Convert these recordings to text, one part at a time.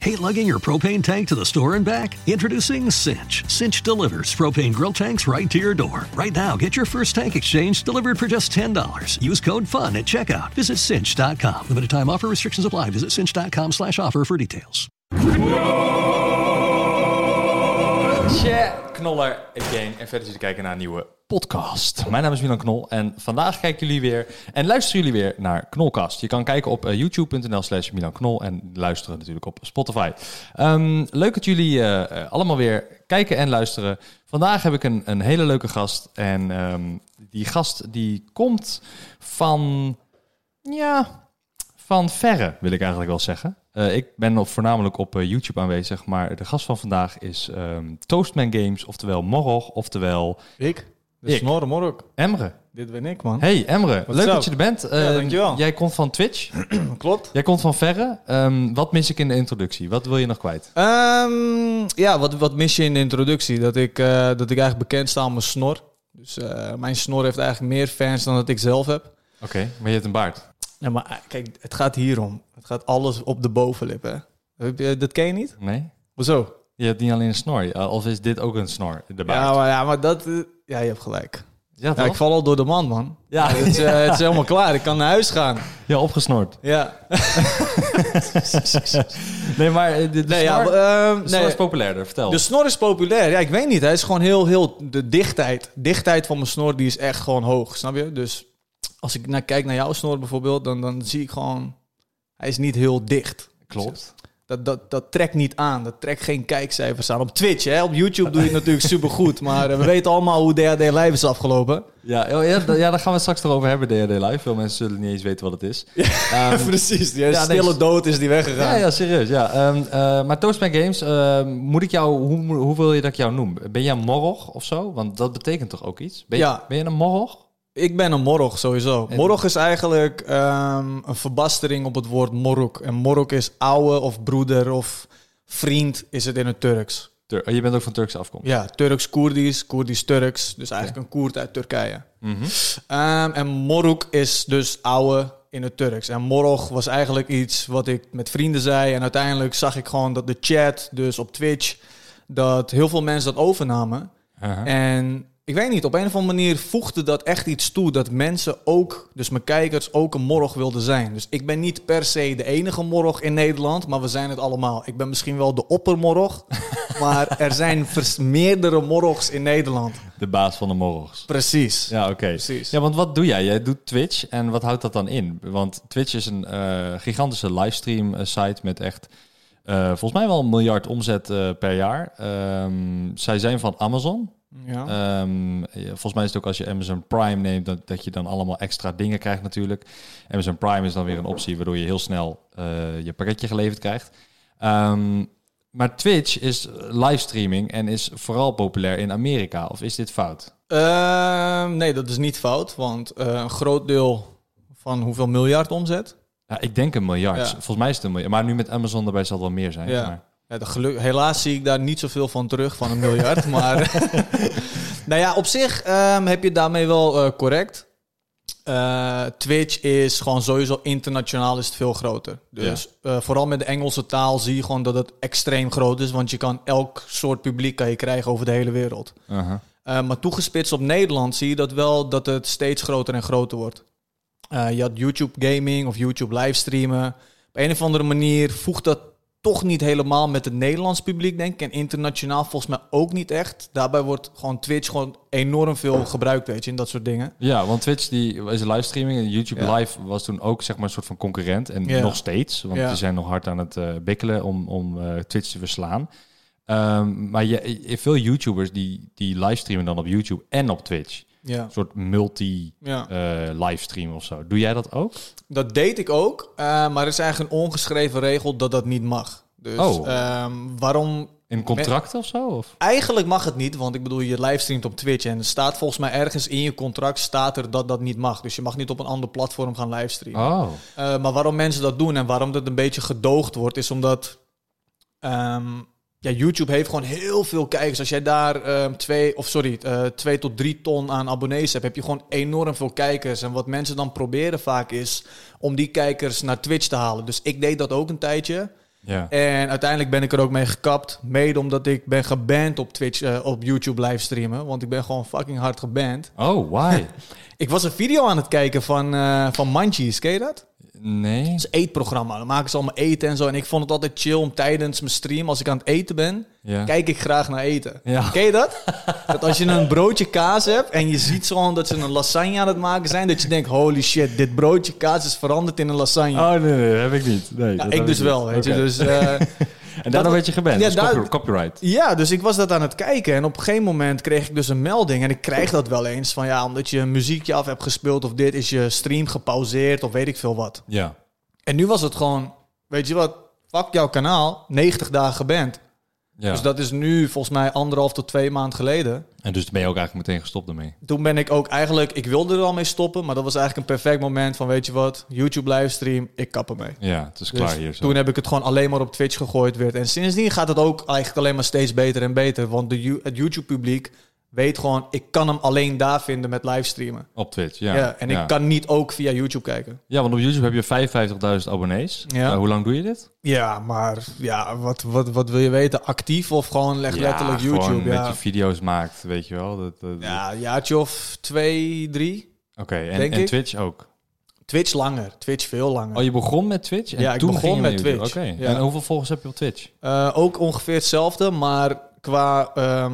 Hate lugging your propane tank to the store and back? Introducing Cinch. Cinch delivers propane grill tanks right to your door. Right now, get your first tank exchange delivered for just $10. Use code FUN at checkout. Visit cinch.com. Limited time offer restrictions apply. Visit cinch.com slash offer for details. Yeah, Knoller Again. En verder zitten kijken naar een nieuwe podcast. Mijn naam is Milan Knol en vandaag kijken jullie weer en luisteren jullie weer naar Knolcast. Je kan kijken op eh, youtube.nl slash Milan Knol en luisteren natuurlijk op Spotify. Ehm, leuk dat jullie eh, eh, allemaal weer kijken en luisteren. Vandaag heb ik een, een hele leuke gast en ehm, die gast die komt van, ja, van verre wil ik eigenlijk wel zeggen. Eh, ik ben op, voornamelijk op eh, YouTube aanwezig, maar de gast van vandaag is ehm, Toastman Games, oftewel Morog, oftewel Ik? De Ik. snorren Morok. Emre. Dit ben ik, man. Hey Emre, Wat leuk zo? dat je er bent. Eh, dankjewel. Jij komt van Twitch, Klopt. jij komt van verre. Ehm, wat mis ik in de introductie? Wat wil je nog kwijt? Ehm, ja, wat, wat mis je in de introductie? Dat ik, eh, dat ik eigenlijk bekend sta om mijn snor. Dus eh, mijn snor heeft eigenlijk meer fans dan dat ik zelf heb. Oké, maar je hebt een baard. Ja, maar eh, kijk, het gaat hierom. Het gaat alles op de bovenlip, hè. Heb je- Dat ken je niet? Nee? Hoezo? Je hebt niet alleen een snor, eh, of is dit ook een snor, de baard? Ja, maar, ja, maar dat... eh, ja, je hebt gelijk. Ja, Ja, toch? ik val al door de man, man. Ja. Het is, eh, het is helemaal klaar. Ik kan naar huis gaan. Ja, opgesnord. Ja. Nee, maar eh, de, de Nee, ja, snor, ehm, de snor nee. Dus- is populairder, vertel. De snor is populair. Ja, ik weet niet. Hij is gewoon heel, heel... De dichtheid, dichtheid van mijn snor, die is echt gewoon hoog. Snap je? Dus als ik naar, kijk naar jouw snor bijvoorbeeld, dan, dan zie ik gewoon... Hij is niet heel dicht. Klopt. Dat, dat, dat trekt niet aan. Dat trekt geen kijkcijfers aan. Op Twitch, hè? Op YouTube doe je het natuurlijk supergoed. Maar eh, we weten allemaal hoe DHD Live is afgelopen. Ja, oh, ja, da- ja, daar gaan we het straks nog over hebben, DHD Live. Veel mensen zullen niet eens weten wat het is. Ehm, Precies. Die Ja, nee, stille s- dood is die weggegaan. ja, ja, serieus. Ja. Ehm, eh, maar Toastman Games, ehm, moet ik jou, hoe, mo- hoe wil je dat ik jou noem? Ben jij een morrog of zo? Want dat betekent toch ook iets? Ben, je- Ja. ben je een morrog? Ik ben een morrog sowieso. En- Morrog is eigenlijk ehm, een verbastering op het woord morrok. En morrok is ouwe of broeder of vriend is het in het Turks. Tur- oh, je bent ook van Turkse afkomst. Ja, Turks-Koerdisch, Koerdisch-Turks. Dus eigenlijk een Koerd uit Turkije. Ehm, en morrok is dus ouwe in het Turks. En morrog was eigenlijk iets wat ik met vrienden zei. En uiteindelijk zag ik gewoon dat de chat, dus op Twitch, dat heel veel mensen dat overnamen. Aha. En ik weet niet, op een of andere manier voegde dat echt iets toe dat mensen ook, dus mijn kijkers, ook een morg wilden zijn. Dus ik ben niet per se de enige morg in Nederland, maar we zijn het allemaal. Ik ben misschien wel de oppermorg, maar er zijn vers- meerdere morgs in Nederland. De baas van de morrogs. Precies. Ja, oké. Precies. Ja, want wat doe jij? Jij doet Twitch en wat houdt dat dan in? Want Twitch is een eh, gigantische livestream eh, site met echt eh, volgens mij wel een miljard omzet eh, per jaar. Ehm, zij zijn van Amazon. Ja. Ehm, ja, volgens mij is het ook als je Amazon Prime neemt, dat, dat je dan allemaal extra dingen krijgt natuurlijk. Amazon Prime is dan weer een optie waardoor je heel snel eh, je pakketje geleverd krijgt. Ehm, maar Twitch is livestreaming en is vooral populair in Amerika. Of is dit fout? Ehm, nee, dat is niet fout, want eh, een groot deel van hoeveel miljard omzet? Ja, Nou, ik denk een miljard. Ja. Volgens mij is het een miljard. Maar nu met Amazon erbij zal het wel meer zijn. Ja. Maar, Ja, de geluk, helaas zie ik daar niet zoveel van terug, van een miljard. maar nou ja, op zich ehm, heb je daarmee wel eh, correct. Eh, Twitch is gewoon sowieso internationaal is het veel groter. Dus eh, vooral met de Engelse taal zie je gewoon dat het extreem groot is. Want je kan elk soort publiek kan je krijgen over de hele wereld. Aha. Eh, maar toegespitst op Nederland zie je dat wel dat het steeds groter en groter wordt. Eh, je had YouTube gaming of YouTube livestreamen. Op een of andere manier voegt dat toch niet helemaal met het Nederlands publiek, denk ik. En internationaal volgens mij ook niet echt. Daarbij wordt gewoon Twitch gewoon enorm veel gebruikt, weet je, en dat soort dingen. Ja, want Twitch die is een livestreaming en YouTube Ja. Live was toen ook zeg maar een soort van concurrent en Ja. nog steeds, want Ja. die zijn nog hard aan het eh, bikkelen om, om eh, Twitch te verslaan. Ehm, maar je, je- veel YouTubers die, die livestreamen dan op YouTube en op Twitch, Ja. een soort multi Ja. eh, livestream of zo. Doe jij dat ook? Dat deed ik ook, eh, maar er is eigenlijk een ongeschreven regel dat dat niet mag. Dus Oh. ehm, waarom In contract of zo? Of? Eigenlijk mag het niet, want ik bedoel, je livestreamt op Twitch en er staat volgens mij ergens in je contract staat er dat dat niet mag. Dus je mag niet op een ander platform gaan livestreamen. Oh, Eh, maar waarom mensen dat doen en waarom dat een beetje gedoogd wordt, is omdat ehm, ja, YouTube heeft gewoon heel veel kijkers. Als jij daar ehm, twee, of sorry, eh, twee tot drie ton aan abonnees hebt, heb je gewoon enorm veel kijkers. En wat mensen dan proberen vaak is om die kijkers naar Twitch te halen. Dus ik deed dat ook een tijdje. Ja. En uiteindelijk ben ik er ook mee gekapt. Mede omdat ik ben geband op Twitch, eh, op YouTube livestreamen. Want ik ben gewoon fucking hard geband. Oh, why? Ik was een video aan het kijken van, eh van Munchies, ken je dat? Nee. Dat is een eetprogramma. Dan maken ze allemaal eten en zo. En ik vond het altijd chill om tijdens mijn stream, als ik aan het eten ben, Ja. kijk ik graag naar eten. Ja. Ken je dat? dat als je een broodje kaas hebt en je ziet gewoon dat ze een lasagne aan het maken zijn, dat je denkt, holy shit, dit broodje kaas is veranderd in een lasagne. Oh, nee, nee, dat heb ik niet. Nee, dat ja, heb ik dus niet. wel, weet je. Oké. Dus, eh, en daardoor dat- werd je geband. Ja, dat is copy- daar- copyright. Ja, dus ik was dat aan het kijken. En op een gegeven moment kreeg ik dus een melding. En ik krijg dat wel eens van ja, omdat je een muziekje af hebt gespeeld. of dit is je stream gepauzeerd. of weet ik veel wat. Ja. En nu was het gewoon, weet je wat, fuck jouw kanaal. 90 dagen geband. ja. Dus dat is nu volgens mij anderhalf tot twee maand geleden. En dus ben je ook eigenlijk meteen gestopt ermee. Toen ben ik ook eigenlijk, ik wilde er al mee stoppen. maar dat was eigenlijk een perfect moment van weet je wat, YouTube livestream, ik kap ermee. Ja, het is Dus klaar hier. Zo. toen heb ik het gewoon alleen maar op Twitch gegooid werd. En sindsdien gaat het ook eigenlijk alleen maar steeds beter en beter. Want de, Yo- het YouTube-publiek weet gewoon, ik kan hem alleen daar vinden met livestreamen. Op Twitch, ja. Ja, en ja. ik kan niet ook via YouTube kijken. Ja, want op YouTube heb je 55.000 abonnees. Ja. Eh, hoe lang doe je dit? Ja, maar ja, wat, wat, wat wil je weten? Actief of gewoon echt letterlijk Ja, gewoon YouTube? dat Ja. je video's maakt, weet je wel. Dat, dat- ja, een jaartje of twee, drie. Oké, en, Denk en ik. Twitch ook. Twitch langer, Twitch veel langer. Oh, je begon met Twitch? En Ja, ik toen begon ging je met naar YouTube. Twitch. Oké, Ja. en hoeveel volgers heb je op Twitch? Eh, ook ongeveer hetzelfde, maar qua, ehm,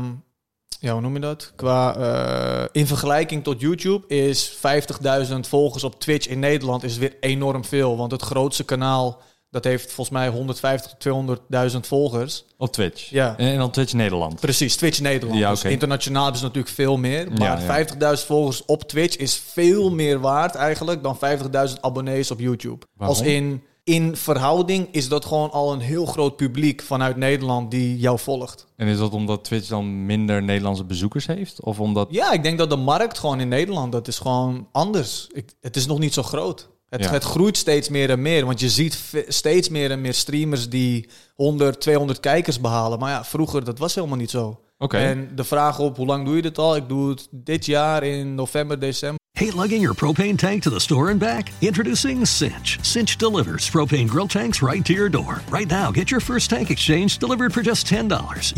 ja, hoe noem je dat? Qua, eh, in vergelijking tot YouTube is 50.000 volgers op Twitch in Nederland is weer enorm veel. Want het grootste kanaal, dat heeft volgens mij 150 tot 200.000 volgers. Op Twitch? Ja. En, en dan Twitch Nederland? Precies, Twitch Nederland. Ja, Dus oké. internationaal is natuurlijk veel meer. Ja, Maar ja. 50.000 volgers op Twitch is veel meer waard eigenlijk dan 50.000 abonnees op YouTube. Waarom? Als in, in verhouding is dat gewoon al een heel groot publiek vanuit Nederland die jou volgt. En is dat omdat Twitch dan minder Nederlandse bezoekers heeft? Of omdat... Ja, ik denk dat de markt gewoon in Nederland, dat is gewoon anders. Ik, het is nog niet zo groot. Het, Ja. het groeit steeds meer en meer. Want je ziet ve- steeds meer en meer streamers die 100, 200 kijkers behalen. Maar ja, vroeger dat was helemaal niet zo. Oké. En de vraag op hoe lang doe je dit al? Ik doe het dit jaar in november, december. Hate lugging your propane tank to the store and back? Introducing Cinch. Cinch delivers propane grill tanks right to your door. Right now, get your first tank exchange delivered for just $10.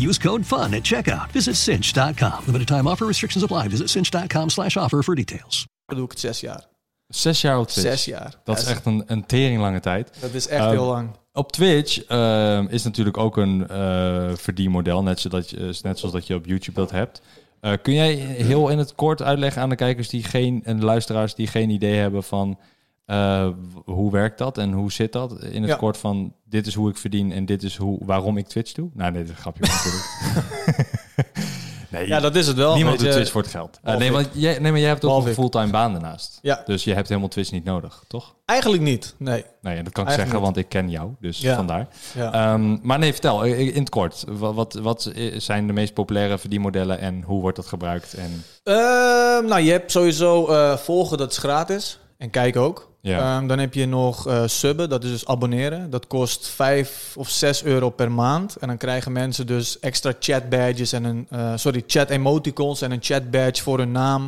Use code FUN at checkout. Visit cinch.com. Limited time offer restrictions apply. Visit cinch.com slash offer for details. Dan doe ik het zes jaar. Zes jaar op Twitch? Zes jaar. Dat is echt een, een tering lange tijd. dat is echt Ehm, heel lang. Op Twitch ehm, is natuurlijk ook een eh, verdienmodel, net, zodat je, eh, net zoals dat je op YouTube dat hebt. Eh, kun jij heel in het kort uitleggen aan de kijkers die geen, en de luisteraars die geen idee hebben van eh, w- hoe werkt dat en hoe zit dat? In het Ja. kort van dit is hoe ik verdien en dit is hoe, waarom ik Twitch doe? Nou nee, dat is een grapje natuurlijk. nee, Ja, dat is het wel. niemand weet doet je. Twitch voor het geld. Eh, Behalve nee, want jij, nee, maar jij hebt ook Behalve een ik. fulltime baan daarnaast. Ja. Dus je hebt helemaal Twitch niet nodig, toch? Eigenlijk niet, nee. Nee, en dat kan ik Eigenlijk zeggen, niet. want ik ken jou, dus Ja. vandaar. Ja. Ehm, maar nee, vertel eh, in het kort. Wat, wat, wat eh, zijn de meest populaire verdienmodellen en hoe wordt dat gebruikt? En, Ehm, nou, je hebt sowieso eh, volgen, dat is gratis. En kijken ook. Ja. Ehm, dan heb je nog eh, subben, dat is dus abonneren. Dat kost 5 of 6 euro per maand. En dan krijgen mensen dus extra chat badges en een, eh, sorry, chat emoticons en een chat badge voor hun naam.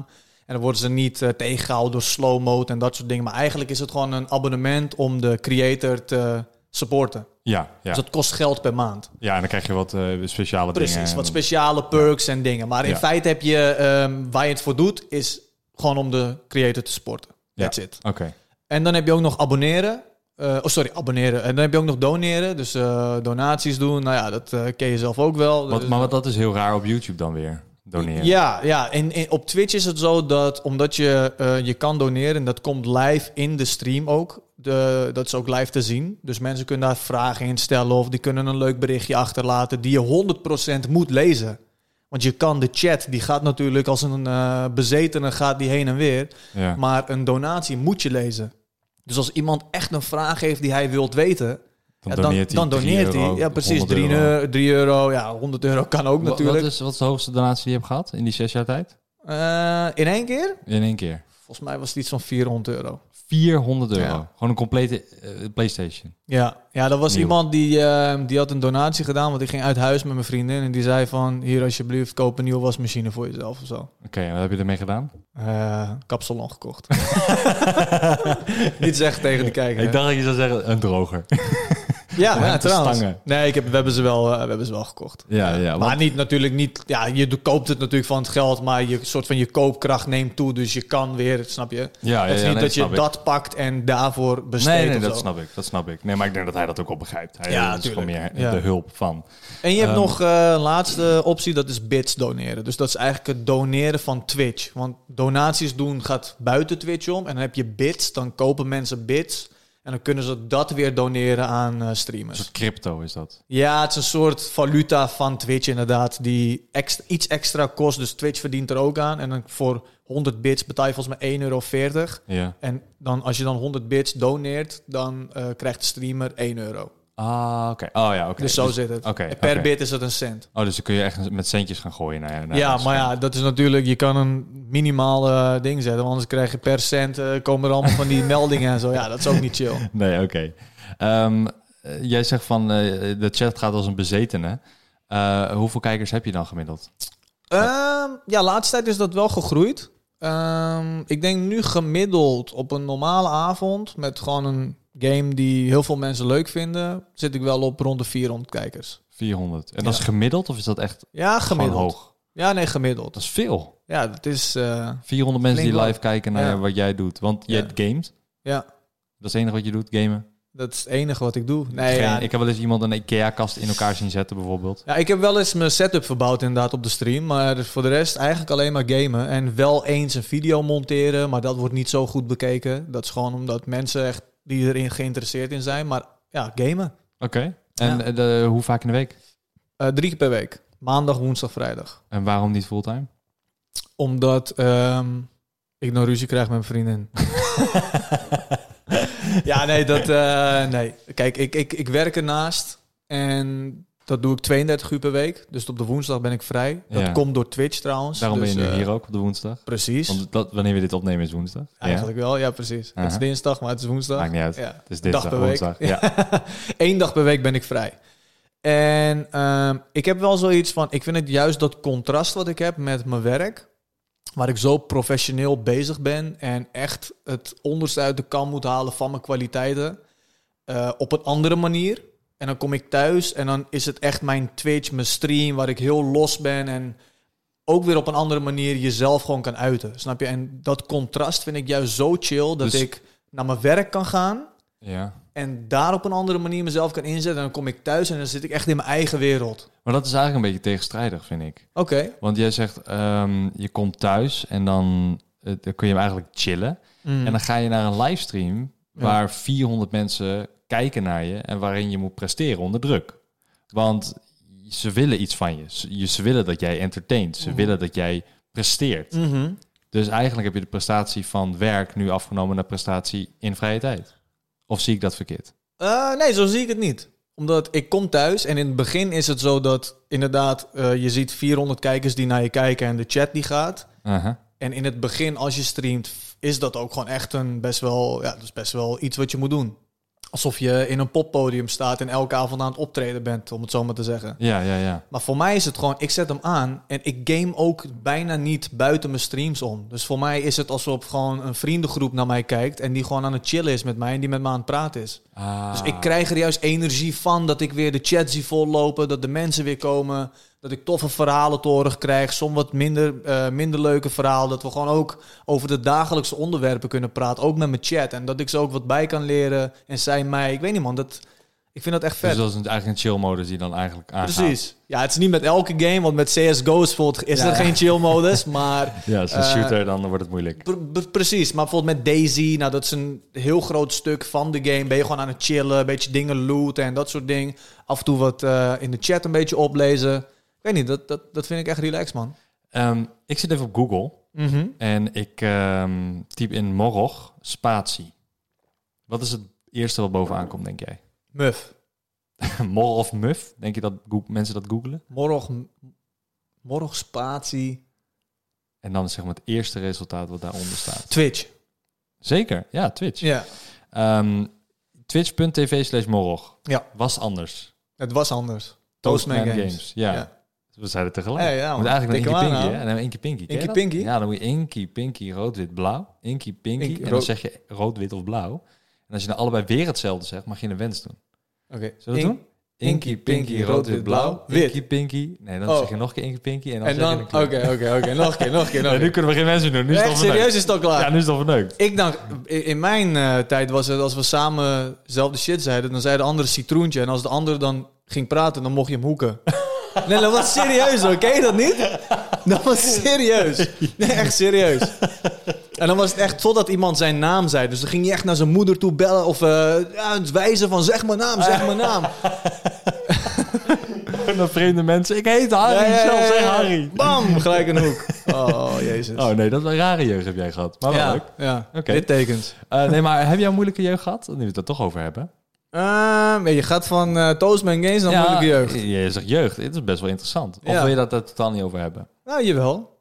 En dan worden ze niet eh, tegengehouden door slow mode en dat soort dingen. Maar eigenlijk is het gewoon een abonnement om de creator te supporten. ja, ja. Dus dat kost geld per maand. ja, en dan krijg je wat eh, speciale dingen. Precies, wat En- speciale perks en dingen. Maar in Ja. feite heb je, ehm, waar je het voor doet, is gewoon om de creator te sporten. Ja. That's it. Oké, En dan heb je ook nog abonneren. Eh, oh, sorry, abonneren. En dan heb je ook nog doneren. Dus eh, donaties doen. Nou ja, dat eh, ken je zelf ook wel. Wat- maar wat, dat is heel raar op YouTube dan weer, doneren. Ja, ja. En, en op Twitch is het zo dat omdat je, eh, je kan doneren, en dat komt live in de stream ook. De, dat is ook live te zien. Dus mensen kunnen daar vragen in stellen of die kunnen een leuk berichtje achterlaten die je 100% moet lezen. Want je kan de chat, die gaat natuurlijk als een eh, bezetene gaat die heen en weer. Ja. Maar een donatie moet je lezen. Dus als iemand echt een vraag heeft die hij wilt weten, ja, dan, doneert hij dan €3 doneert hij. euro, Ja, precies. 100 3 euro. euro. euro, ja, 100 euro kan ook Wa- natuurlijk. Wat is, wat is de hoogste donatie die je hebt gehad in die zes jaar tijd? Eh, in één keer? In één keer. Volgens mij was het iets van 400 euro. 400 euro. Ja. Gewoon een complete eh, PlayStation. Ja, ja dat was Nieuw. iemand die, eh, die had een donatie gedaan, want ik ging uit huis met mijn vriendin. En die zei van, hier alsjeblieft, koop een nieuwe wasmachine voor jezelf of zo. Oké, en wat heb je ermee gedaan? Eh kapsalon gekocht. Niet zeggen tegen de kijker. Ik hè? dacht dat je zou zeggen, een droger. Ja, ja Ruimte trouwens. stangen. Nee, ik heb, we, hebben ze wel, eh, we hebben ze wel gekocht. Ja, ja. Maar want- niet natuurlijk niet. Ja, je do- koopt het natuurlijk van het geld, maar je soort van je koopkracht neemt toe, dus je kan weer, snap je? ja, het is ja, niet nee, dat je snap ik. dat pakt en daarvoor besteedt. Nee, nee, of dat zo. snap ik. Dat snap ik. Nee, maar ik denk dat hij dat ook wel begrijpt. Hij Ja, dat is gewoon meer tuurlijk. Ja. de hulp van. En je hebt Ehm, nog eh, een laatste optie, dat is bits doneren. Dus dat is eigenlijk het doneren van Twitch. Want donaties doen gaat buiten Twitch om. En dan heb je bits, dan kopen mensen bits. En dan kunnen ze dat weer doneren aan eh, Een streamers. soort crypto is dat. Ja, het is een soort valuta van Twitch inderdaad, die ext- iets extra kost. Dus Twitch verdient er ook aan. En dan voor 100 bits betaal je volgens mij 1,40 euro. Ja. En dan, als je dan 100 bits doneert, dan eh, krijgt de streamer 1 euro. Ah, oké. Oh ja, oké. Dus zo zit het. oké, En per oké. bit is het een cent. Oh, dus dan kun je echt met centjes gaan gooien. Naar, naar ja, mensen. maar ja, dat is natuurlijk, je kan een minimaal eh, ding zetten. Want anders krijg je per cent, eh, komen er allemaal van die meldingen en zo. Ja, dat is ook niet chill. Nee, oké. Ehm, eh, jij zegt van eh, de chat gaat als een bezetene. Eh, hoeveel kijkers heb je dan gemiddeld? Ehm, ja, laatste tijd is dat wel gegroeid. Ehm, ik denk nu gemiddeld op een normale avond met gewoon een game die heel veel mensen leuk vinden, zit ik wel op rond de 400 kijkers. 400. En Ja. dat is gemiddeld of is dat echt Ja, gewoon gemiddeld. hoog? Ja, nee, gemiddeld. Dat is veel. Ja, dat is. eh, 400 mensen die Flink wel. live kijken naar Ja. wat jij doet. Want jij Ja. gamet. ja, Dat is het enige wat je doet, gamen. dat is het enige wat ik doe. Nee, Geen- ja, Ik heb wel eens iemand een IKEA-kast in elkaar zien zetten bijvoorbeeld. Ja, ik heb wel eens mijn setup verbouwd inderdaad op de stream. Maar voor de rest eigenlijk alleen maar gamen. En wel eens een video monteren, maar dat wordt niet zo goed bekeken. Dat is gewoon omdat mensen echt die erin geïnteresseerd in zijn. Maar ja, gamen. Oké. En Ja. eh, de- hoe vaak in de week? Eh, drie keer per week. Maandag, woensdag, vrijdag. En waarom niet fulltime? Omdat ehm, ik nou ruzie krijg met mijn vriendin. ja, nee, dat... eh, nee. Kijk, ik, ik, ik werk ernaast. En dat doe ik 32 uur per week. Dus op de woensdag ben ik vrij. Dat Ja. komt door Twitch trouwens. Daarom dus, ben je nu eh, hier ook op de woensdag. Precies. Want dat, wanneer we dit opnemen is woensdag. Ja. Eigenlijk wel, ja, precies. Het Aha. is dinsdag, maar het is woensdag. Maakt niet uit. Ja. Het is Een dinsdag, woensdag. Ja. Eén dag per week ben ik vrij. En ehm, ik heb wel zoiets van... Ik vind het juist dat contrast wat ik heb met mijn werk... waar ik zo professioneel bezig ben... en echt het onderste uit de kam moet halen van mijn kwaliteiten... eh, op een andere manier. En dan kom ik thuis en dan is het echt mijn Twitch, mijn stream... waar ik heel los ben en ook weer op een andere manier jezelf gewoon kan uiten. Snap je? En dat contrast vind ik juist zo chill... dat Dus- ik naar mijn werk kan gaan... ja. En daar op een andere manier mezelf kan inzetten. En dan kom ik thuis en dan zit ik echt in mijn eigen wereld. Maar dat is eigenlijk een beetje tegenstrijdig, vind ik. Oké. Want jij zegt, ehm, je komt thuis en dan, eh, dan kun je hem eigenlijk chillen. Mm. En dan ga je naar een livestream Hmm. Ja. waar 400 mensen kijken naar je en waarin je moet presteren onder druk. Want ze willen iets van je. Ze, je- ze willen dat jij entertaint. Hmm. Ze willen dat jij presteert. Mhm. Dus eigenlijk heb je de prestatie van werk nu afgenomen naar prestatie in vrije tijd. Of zie ik dat verkeerd? Eh, nee, zo zie ik het niet. Omdat ik kom thuis en in het begin is het zo dat inderdaad eh, je ziet 400 kijkers die naar je kijken en de chat die gaat. Aha. En in het begin als je streamt is dat ook gewoon echt een best wel, ja, dat is best wel iets wat je moet doen. Alsof je in een poppodium staat en elke avond aan het optreden bent, om het zo maar te zeggen. Ja, ja, ja. Maar voor mij is het gewoon, ik zet hem aan en ik game ook bijna niet buiten mijn streams om. Dus voor mij is het alsof gewoon een vriendengroep naar mij kijkt en die gewoon aan het chillen is met mij en die met me aan het praten is. Dus Ah. ik krijg er juist energie van dat ik weer de chat zie vollopen, dat de mensen weer komen, dat ik toffe verhalen te horen krijg, soms wat minder, eh, minder leuke verhalen, dat we gewoon ook over de dagelijkse onderwerpen kunnen praten, ook met mijn chat. En dat ik ze ook wat bij kan leren en zij mij, ik weet niet man, dat, ik vind dat echt vet. Dus dat is eigenlijk een chill-modus die dan eigenlijk aangaat. Precies. Ja, het is niet met elke game, want met CSGO is, bijvoorbeeld- is Ja. er geen chill modus. Maar Ja, als een Eh, shooter, dan wordt het moeilijk. pre- pre- precies. Maar bijvoorbeeld met Daisy, nou, dat is een heel groot stuk van de game. Ben je gewoon aan het chillen, een beetje dingen looten en dat soort dingen. Af en toe wat eh, in de chat een beetje oplezen. Ik weet niet, dat, dat, dat vind ik echt relaxed, man. Ehm, ik zit even op Google Mhm. en ik ehm, typ in Morog spatie. Wat is het eerste wat bovenaan komt, denk jij? Muf. Morog of muf? Denk je dat Goog- mensen dat googelen? Morgen, morgen spatie. En dan is zeg maar het eerste resultaat wat daaronder staat. Twitch. Zeker, ja, Twitch. Ja, Ehm, Twitch.tv slash Morog. Ja. Was anders. het was anders. Toastman Toastman Games. Ja. Ja. we zeiden tegelijk. Ja, ja, Want man. eigenlijk dan Nou, Dikke één keer man, pinky, hè? hè? En dan één keer pinky. Ken je Inky dat? pinky? Ja, dan moet je inky pinky, rood, wit, blauw. Inky pinky. Inky, en dan rood. zeg je rood, wit of blauw. En als je dan allebei weer hetzelfde zegt, mag je een wens doen. Zullen we het Ink- doen? Inky, Inky, Pinky, rood, wit, blauw. Wit. Inky, Pinky. Nee, dan Oh. zeg je nog een keer Inky, Pinky. En dan, En zeg je dan, een oké, kleur. oké, oké. Nog een keer, nog een keer, Nee, nog een nu keer. kunnen we geen mensen doen. Nu is het al Echt verneukt. serieus is het al klaar. Ja, nu is het al verneukt. Ik dacht, in in mijn eh, tijd was het als we samen zelfde shit zeiden, dan zei de andere citroentje. En als de ander dan ging praten, dan mocht je hem hoeken. Nee, dat was serieus hoor. Ken je dat niet? Dat was serieus. Nee, echt serieus. En dan was het echt totdat iemand zijn naam zei. Dus dan ging je echt naar zijn moeder toe bellen of eh, ja, het wijzen van zeg mijn naam, zeg mijn naam. Naar vreemde mensen. Ik heet Harry. Ja, ja, Zelf ja, zeg ja. Harry. Bam, gelijk een hoek. Oh, jezus. Oh nee, dat was een rare jeugd heb jij gehad. Maar wel ja, leuk. ja. Oké. Dittekens. Eh, nee, maar heb jij een moeilijke jeugd gehad? Nu we het er toch over hebben. Ehm, je gaat van eh Toastman Games naar moeilijke jeugd. Je zegt jeugd. Dit is best wel interessant. Of Ja. wil je dat daar totaal niet over hebben? Nou, jawel.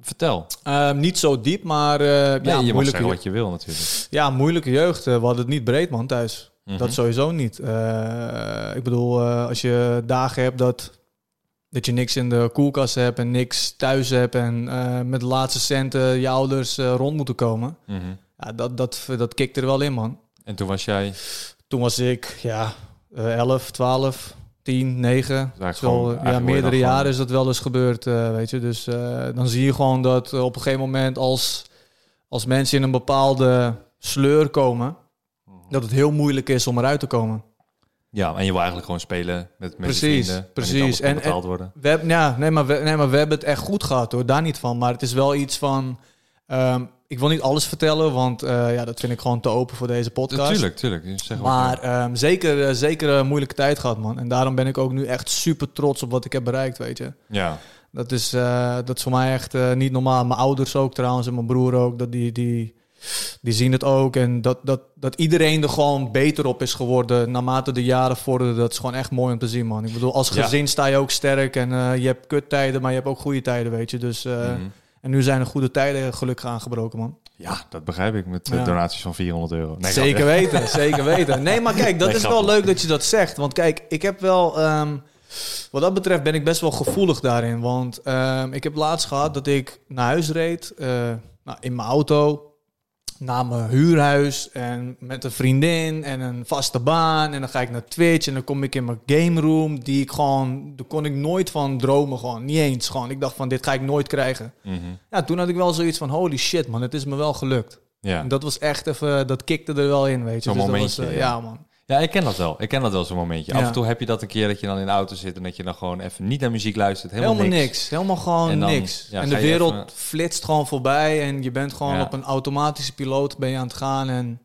Vertel. Ehm, niet zo diep, maar eh, Nee, ja, je mag moeilijke zeggen jeugd. wat je wil natuurlijk. ja, moeilijke jeugd. Eh, we hadden het niet breed, man, thuis. Mhm. Dat sowieso niet. Eh, ik bedoel, eh, als je dagen hebt dat, dat je niks in de koelkast hebt en niks thuis hebt... en eh, met de laatste centen je ouders eh, rond moeten komen... Mhm. Ja, dat, dat, dat kikt er wel in, man. En toen was jij Toen was ik, ja, eh, 11, 12, 10, 9. eigenlijk Zo, gewoon- eh, eigenlijk ja, word je meerdere dan gewoon- jaren is dat wel eens gebeurd, eh, weet je. Dus eh, dan zie je gewoon dat eh, op een gegeven moment als, als mensen in een bepaalde sleur komen, Mhm. dat het heel moeilijk is om eruit te komen. Ja, en je wil eigenlijk gewoon spelen met, met je Precies, vrienden. en precies. niet alles kon En- betaald worden. We hebben, ja, nee, maar we, nee, maar we hebben het echt goed gehad hoor, daar niet van. Maar het is wel iets van, ehm, ik wil niet alles vertellen, want eh, ja, dat vind ik gewoon te open voor deze podcast. Tuurlijk, tuurlijk. Dus Zeg wat Maar ehm, zeker, eh, zeker een moeilijke tijd gehad, man. En daarom ben ik ook nu echt super trots op wat ik heb bereikt, weet je. je- Ja. Dat is, eh, dat is voor mij echt eh, niet normaal. Mijn ouders ook trouwens en mijn broer ook. Dat die, die, die zien het ook. En dat, dat, dat iedereen er gewoon beter op is geworden naarmate de jaren vorderden. Dat is gewoon echt mooi om te zien, man. Ik bedoel, als Ja. gezin sta je ook sterk. En eh, je hebt kuttijden, maar je hebt ook goede tijden, weet je. Dus, eh, Mhm. En nu zijn er goede tijden gelukkig aangebroken, man. ja, dat begrijp ik. Met eh, Ja. donaties van 400 euro. Nee, zeker weten, zeker weten. Nee, maar kijk, dat Nee, is wel grapje. leuk dat je dat zegt. Want kijk, ik heb wel... ehm, wat dat betreft ben ik best wel gevoelig daarin. Want ehm, ik heb laatst gehad dat ik naar huis reed. eh, nou, in mijn auto. Naar mijn huurhuis. En met een vriendin. En een vaste baan. En dan ga ik naar Twitch. En dan kom ik in mijn game room. Die ik gewoon... Daar kon ik nooit van dromen. Gewoon. Niet eens. Gewoon. Ik dacht van, dit ga ik nooit krijgen. Mhm. Ja, toen had ik wel zoiets van... Holy shit, man. Het is me wel gelukt. Ja. En dat was echt even, dat kikte er wel in, weet je. Zo'n dat momentje, was, eh, ja. ja. man. Ja, ik ken dat wel. Ik ken dat wel zo'n momentje. Af Ja. en toe heb je dat een keer dat je dan in de auto zit en dat je dan gewoon even niet naar muziek luistert. Helemaal, Helemaal, niks. Helemaal gewoon En dan, niks. ja, en ga de je wereld even- flitst gewoon voorbij en je bent gewoon Ja. op een automatische piloot ben je aan het gaan en, en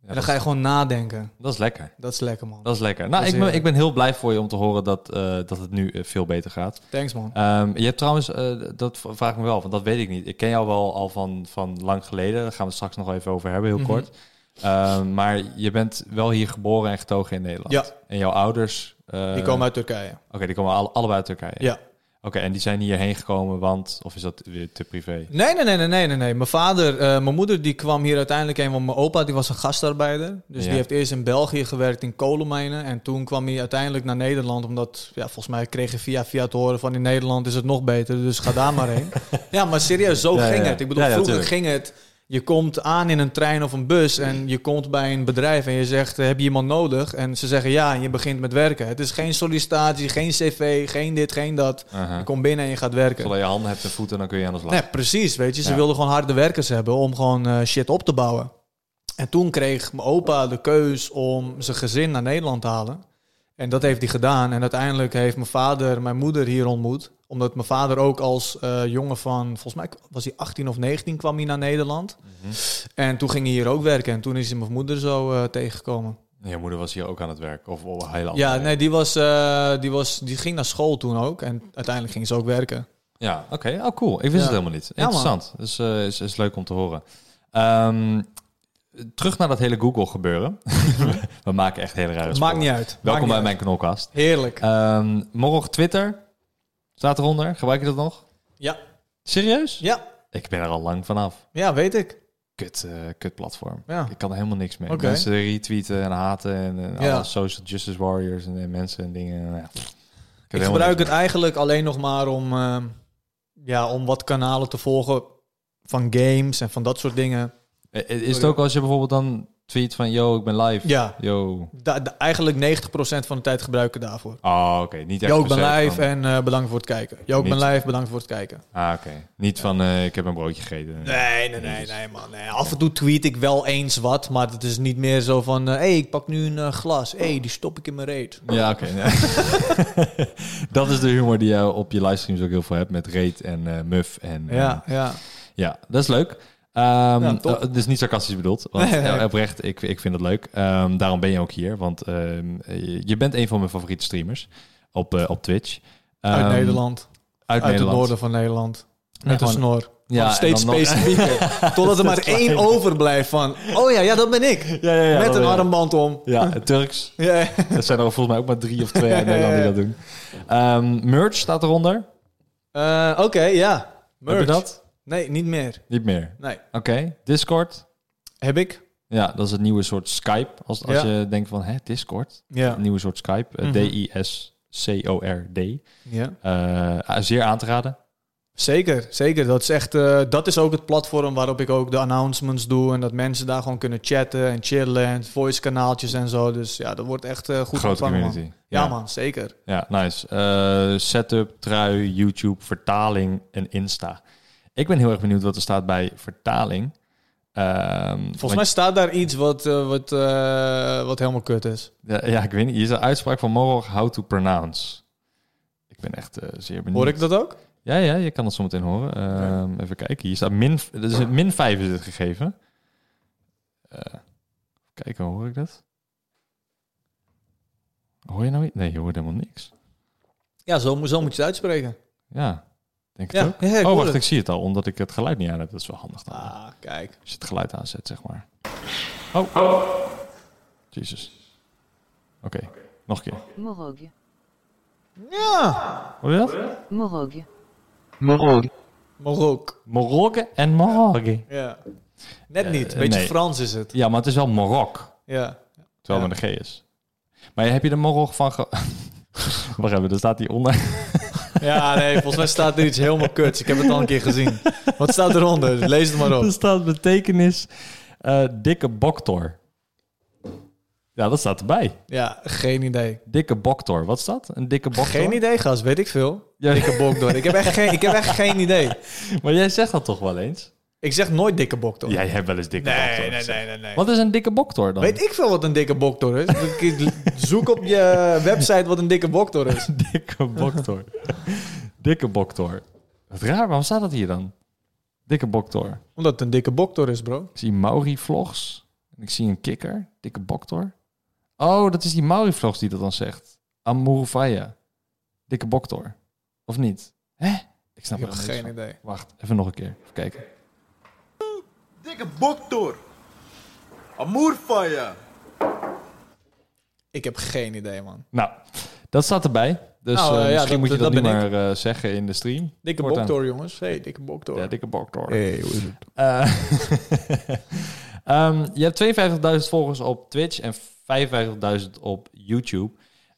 Ja, dan dat, ga je gewoon nadenken. dat is lekker. Dat is lekker, man. Dat is lekker. Nou, Dat is ik ben, ik heerlijk. ben heel blij voor je om te horen dat, eh, dat het nu eh, veel beter gaat. Thanks, man. Ehm, je hebt trouwens, eh, dat v- vraag ik me wel, want dat weet ik niet. Ik ken jou wel al van, van lang geleden. Daar gaan we het straks nog wel even over hebben, heel Mhm. kort. Ehm, maar je bent wel hier geboren en getogen in Nederland. Ja. En jouw ouders... eh, Die komen uit Turkije. Oké, die komen alle- allebei uit Turkije. Ja. Oké, en die zijn hierheen gekomen, want... Of is dat weer te privé? Nee, nee, nee, nee, nee, nee, nee. Mijn vader, eh, mijn moeder, die kwam hier uiteindelijk heen, want mijn opa, die was een gastarbeider. Dus Ja. die heeft eerst in België gewerkt in kolenmijnen en toen kwam hij uiteindelijk naar Nederland, omdat, ja, volgens mij kreeg je via via te horen van in Nederland is het nog beter, dus ga daar maar heen. ja, maar serieus, zo Ja, ja, ging ja. het. Ik bedoel, Ja, ja, vroeger tuurlijk. ging het, je komt aan in een trein of een bus en je komt bij een bedrijf en je zegt, eh, heb je iemand nodig? En ze zeggen ja en je begint met werken. Het is geen sollicitatie, geen cv, geen dit, geen dat. Uh-huh. Je komt binnen en je gaat werken. Zodat je handen hebt en voeten, dan kun je aan de slag. Nee, precies. Weet je, ze Ja. wilden gewoon harde werkers hebben om gewoon eh, shit op te bouwen. En toen kreeg mijn opa de keus om zijn gezin naar Nederland te halen. En dat heeft hij gedaan. En uiteindelijk heeft mijn vader mijn moeder hier ontmoet. Omdat mijn vader ook als eh, jongen van, volgens mij was hij 18 of 19, kwam hij naar Nederland. Mhm. En toen ging hij hier ook werken. En toen is hij mijn moeder zo eh, tegengekomen. En Je moeder was hier ook aan het werk, of op een hele andere Ja, manier. nee, die, was, eh, die, was, die ging naar school toen ook. En uiteindelijk ging ze ook werken. Ja, oké. Oh, cool. Ik wist Ja. het helemaal niet. man. Interessant. dus eh, is, is leuk om te horen. Ehm, terug naar dat hele Google gebeuren. We maken echt hele rare Maakt sporen. niet uit. Maakt Welkom niet bij uit. mijn knolkast. Heerlijk. Ehm morgen Twitter staat eronder. Gebruik je dat nog? Ja. Serieus? Ja, Ik ben er al lang vanaf. ja, weet ik. Kut, eh, kut platform. Ja. Ik kan er helemaal niks mee. Ah. Oké. Mensen retweeten en haten en, en Ja. alle social justice warriors en, en mensen en dingen. Nou ja. Ik gebruik het eigenlijk alleen nog maar om, eh, ja, om wat kanalen te volgen van games en van dat soort dingen. Eh, Is het ook als je bijvoorbeeld dan tweet van, yo, ik ben live. Ja. Yo. Da- da- eigenlijk 90% van de tijd gebruiken daarvoor. Oh, oké. Niet echt Yo, ik per ben se live van- en eh, bedankt voor het kijken. Yo, ik ben Niet- live, bedankt voor het kijken. Ah, oké. Niet van, eh, ik heb een broodje gegeten. Nee, nee, nee, nee, man. Nee, af en toe tweet ik wel eens wat, maar het is niet meer zo van... Hé, hey, ik pak nu een eh, glas. Hé, hey, die stop ik in mijn reet. Ja, oké. nee. dat is de humor die je op je livestreams ook heel veel hebt met Reet en eh Muff. En, eh, Ja, ja. ja, dat is leuk. Ehm Ja, top. eh, het is niet sarcastisch bedoeld. Want Nee, nee. eh, oprecht, ik, ik vind het leuk. Ehm, daarom ben je ook hier. Want ehm, je- je bent een van mijn favoriete streamers op, eh, op Twitch. Uit Ehm, Nederland. Uit, Uit, het Nederland. noorden van Nederland. Met gewoon- een snor. Ja, Ja, steeds en dan nog- specifieker. Totdat er maar één overblijft van... Oh ja, ja, dat ben ik. Ja, ja, ja, Met dat een weet ik. armband om. Ja, het Turks. Ja. Dat zijn er volgens mij ook maar drie of twee uit Nederland die dat doen. Ehm, merch staat eronder. Eh, Oké, ja. Heb je dat? Nee, niet meer. Niet meer. Nee. Oké. Discord. Heb ik? Ja, dat is het nieuwe soort Skype. Als, als Ja. je denkt van, hè, Discord? Ja. Een nieuwe soort Skype. Eh, Mhm. D-I-S-C-O-R-D. ja. Eh, zeer aan te raden. Zeker, zeker. Dat is, echt, eh, dat is ook het platform waarop ik ook de announcements doe. En dat mensen daar gewoon kunnen chatten en chillen. En voice kanaaltjes en zo. Dus ja, dat wordt echt eh, goed Grote ontvangen, man. community. Ja, Ja. man, zeker. Ja, nice. Eh, setup, trui, YouTube, vertaling en Insta. Ik ben heel erg benieuwd wat er staat bij vertaling. Ehm, want- Volgens mij staat daar iets wat, eh, wat, eh, wat helemaal kut is. Ja, ja, ik weet niet. Hier is een uitspraak van Morog How to Pronounce. Ik ben echt eh, zeer benieuwd. Hoor ik dat ook? Ja, ja, je kan het zometeen horen. Ehm, Even kijken. Hier staat min... Dat is, min 5 is het gegeven. Eh, even kijken, hoor ik dat? Hoor je nou iets? Nee, je hoort helemaal niks. Ja, zo, mo- zo moet je het uitspreken. Ja, denk ik Ja, ook. ja, ik oh, hoor wacht, het. ik zie het al, omdat ik het geluid niet aan heb. Dat is wel handig dan. Ah, kijk. Als je het geluid aanzet, zeg maar. Oh. Jezus. Oké, nog een keer. Morog. Ja, Hoor je dat? Morog. mag ook. Morocco en Morocco. Ja. Net niet. Eh, Beetje nee. Frans is het. Ja, maar het is wel Morok. Ja. Terwijl het Ja. met een G is. Maar heb je er Morok van ge... Wacht even, er staat hier onder. Ja, nee, volgens mij staat er iets helemaal kuts. Ik heb het al een keer gezien. Wat staat eronder? Lees het maar op. Er staat betekenis eh, dikke boktor. Ja, dat staat erbij. Ja, geen idee. Dikke boktor. Wat is dat? Een dikke boktor? Geen idee, gast. Weet ik veel. Ja. Dikke boktor. Ik heb, echt geen, ik heb echt geen idee. Maar jij zegt dat toch wel eens? Ik zeg nooit dikke boktor. Jij hebt wel eens dikke boktor. nee, nee, gezegd. nee, nee, nee. Wat is een dikke boktor dan? Weet ik veel wat een dikke boktor is? Ik Zoek op je website wat een dikke boktor is. Dikke boktor. dikke boktor. Wat raar, waarom staat dat hier dan? Dikke boktor. Omdat het een dikke boktor is, bro. Ik zie Maori-vlogs. En Ik zie een kikker. Dikke boktor. Oh, dat is die Maori-vlogs die dat dan zegt. Amuruvaya. Dikke boktor. Of niet? Hè? Ik snap Ik het heb geen geen van. idee. Wacht, even nog een keer. Even kijken. Dikke boktor. Amoerfaya. Ik heb geen idee, man. Nou, dat staat erbij. Dus Nou, eh, eh, ja, misschien dat- moet je dat, dat niet ben meer eh, zeggen in de stream. Dikke Voortaan. boktor, jongens. hey, dikke boktor. Ja, dikke boktor. Hey, hoe is het? Eh, ehm, je hebt 52.000 volgers op Twitch en 55.000 op YouTube.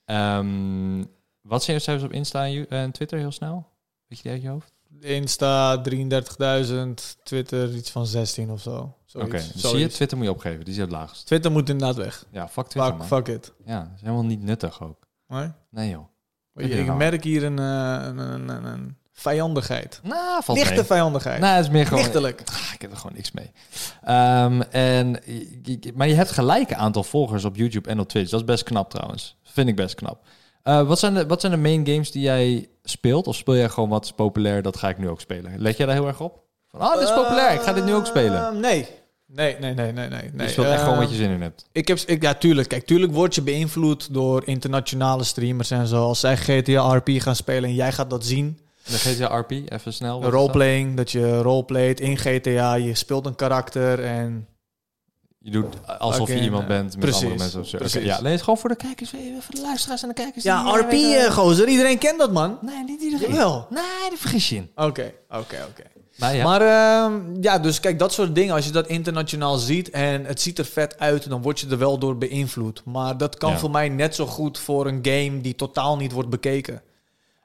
Ehm, wat zijn je cijfers op Insta en, Ju- en Twitter heel snel? Weet je die uit je hoofd? Insta 33.000, Twitter iets van 16 of zo. Oké, Zoiets. dus zie je, Zoiets. Twitter moet je opgeven. Die is het laagst. Twitter moet inderdaad weg. Ja, fuck Twitter, Fuck, man. fuck it. Ja, dat is helemaal niet nuttig ook. Hoi? Nee, joh. Heb je Ik nou? merk hier een, eh, een, een, een, een vijandigheid. Nou, valt Lichte mee. vijandigheid. Nou, het is meer gewoon... Lichtelijk. Ah, ik heb er gewoon niks mee. Ehm, en, je- je- maar je hebt gelijk een aantal volgers op YouTube en op Twitch. Dat is best knap trouwens. Vind ik best knap. Eh, wat, zijn de, wat zijn de main games die jij speelt? Of speel jij gewoon wat is populair? Dat ga ik nu ook spelen. Let jij daar heel erg op? Van, oh, dit is populair. Ik ga dit nu ook spelen. Ehm, nee. Nee, nee, nee, nee, nee. nee. je speelt echt gewoon wat Ehm, je zin in hebt. Ik heb, ik, ja, tuurlijk. Kijk, tuurlijk word je beïnvloed door internationale streamers en zo. Als zij GTA RP gaan spelen en jij gaat dat zien. De GTA RP, even snel. wat is dat? Roleplaying, dat je roleplayt in GTA. Je speelt een karakter en... Je doet alsof je Oké, iemand eh, bent met precies, andere mensen. Of zo. Oké, precies. ja, nee, het is gewoon voor de kijkers, eh, voor de luisteraars en de kijkers. die Ja, hier RP, weten- eh, gozer. Iedereen kent dat, man. Nee, niet iedereen. Jawel. Nee, daar vergis je in. Oké, oké, oké. Maar ja. Maar ehm, ja, dus kijk, dat soort dingen, als je dat internationaal ziet en het ziet er vet uit, dan word je er wel door beïnvloed. Maar dat kan Ja. voor mij net zo goed voor een game die totaal niet wordt bekeken.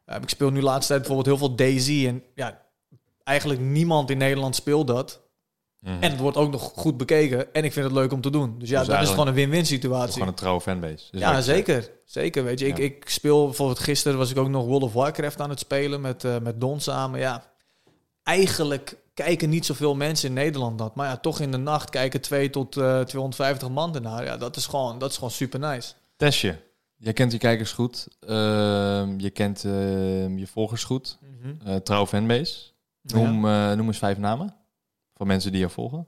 Eh, ik speel nu de laatste tijd bijvoorbeeld heel veel Daisy en ja, eigenlijk niemand in Nederland speelt dat. En het wordt ook nog goed bekeken. En ik vind het leuk om te doen. Dus ja, Mhm. Dus dat is eigenlijk- gewoon een win-win situatie. Gewoon een trouwe fanbase. Dus Ja, wat je zegt. zeker. Zeker, weet je. Ik, Ja. ik speel bijvoorbeeld gisteren was ik ook nog World of Warcraft aan het spelen met, eh, met Don samen. Ja, eigenlijk kijken niet zoveel mensen in Nederland dat. Maar ja, toch in de nacht kijken 2 tot eh, 250 man ernaar. Ja, dat is gewoon, dat is gewoon super nice. Testje. Jij kent je kijkers goed. Ehm, je kent ehm, je volgers goed. Eh trouw fanbase. Ja. Noem, eh, noem eens vijf namen. Van mensen die jou volgen.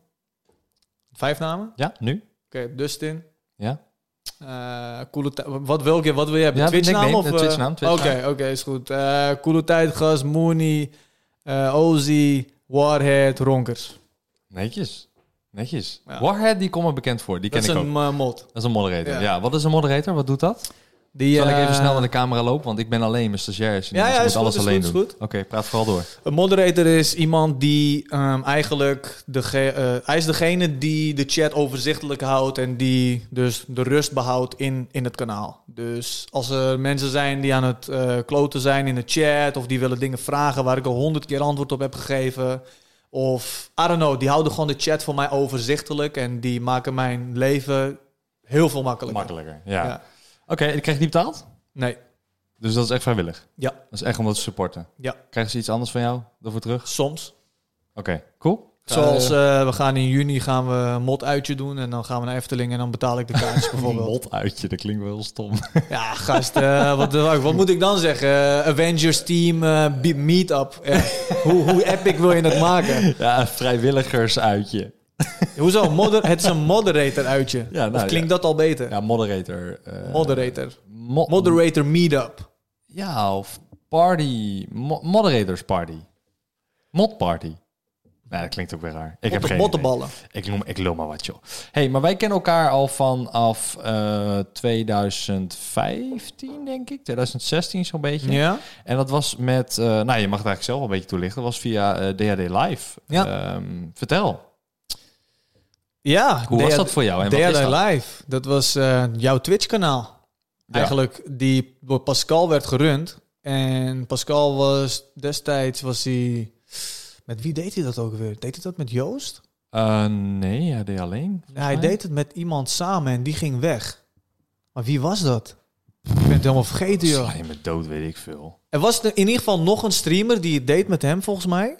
Vijf namen? Ja, nu. Oké, Dustin. Ja. Eh, coole Tij- wat, welke, wat wil je hebben? Ja, Twitch naam? nickname, of, eh, Twitch naam, Oké, Twitch oké, is goed. Eh coole Tijdgas, Mooney, eh Ozzy, Warhead, Ronkers. Netjes. Netjes. Ja. Warhead, die komt me bekend voor. Die Dat ken is ik ook. een eh, mod. Dat is een moderator. Ja. Ja. wat is een moderator? Wat doet dat? Die, Zal ik even eh, snel naar de camera lopen? Want ik ben alleen, mijn stagiair is er niet, Ja, dus ja, ik is moet alles goed, is alleen goed, is doen. goed. Oké, praat vooral door. Een moderator is iemand die ehm, eigenlijk... dege- eh, hij is degene die de chat overzichtelijk houdt... en die dus de rust behoudt in, in het kanaal. Dus als er mensen zijn die aan het eh, kloten zijn in de chat... of die willen dingen vragen waar ik al honderd keer antwoord op heb gegeven... of, I don't know, die houden gewoon de chat voor mij overzichtelijk... en die maken mijn leven heel veel makkelijker. Makkelijker, ja. Ja. Oké, ik krijg die betaald? Nee, Dus dat is echt vrijwillig? Ja. Dat is echt om dat te supporten? Ja. Krijgen ze iets anders van jou daarvoor terug? soms. Oké, cool. Zoals eh, we gaan in juni gaan we een mot uitje doen en dan gaan we naar Efteling en dan betaal ik de kaartjes bijvoorbeeld. Mot uitje, dat klinkt wel heel stom. Ja, gast, eh, wat, wat, wat moet ik dan zeggen? Eh, Avengers Team eh, be- Meetup. Eh, hoe, hoe epic wil je het maken? ja, vrijwilligers uitje. Hoezo? Modder, het is een moderator uitje. Ja, nou, of klinkt dat al beter? Ja, moderator. eh, moderator. mo- Moderator Meetup. Ja, of party. Mo- moderators party. Mod party. Nou, dat klinkt ook weer raar. Ik heb Motte- geen mottenballen. idee. Ik, noem, ik lul maar wat, joh. hey, maar wij kennen elkaar al vanaf eh 2015, denk ik. 2016 zo'n beetje. Ja? En dat was met... eh, nou, je mag het eigenlijk zelf wel een beetje toelichten. Dat was via eh, DHD Live. Ja. Ehm, vertel. Ja. Hoe was DHD dat voor jou? En wat is DHD dat? Live. Dat was eh, jouw Twitch-kanaal. Eigenlijk die door Pascal werd gerund. En Pascal was destijds, was hij... Met wie deed hij dat ook weer? Deed hij dat met Joost? Eh, nee, hij deed alleen. volgens Ja, hij mij. deed het met iemand samen en die ging weg. Maar wie was dat? Ik ben het helemaal vergeten, joh. Sla je me dood, weet ik veel. Er was er in ieder geval nog een streamer die het deed met hem, volgens mij.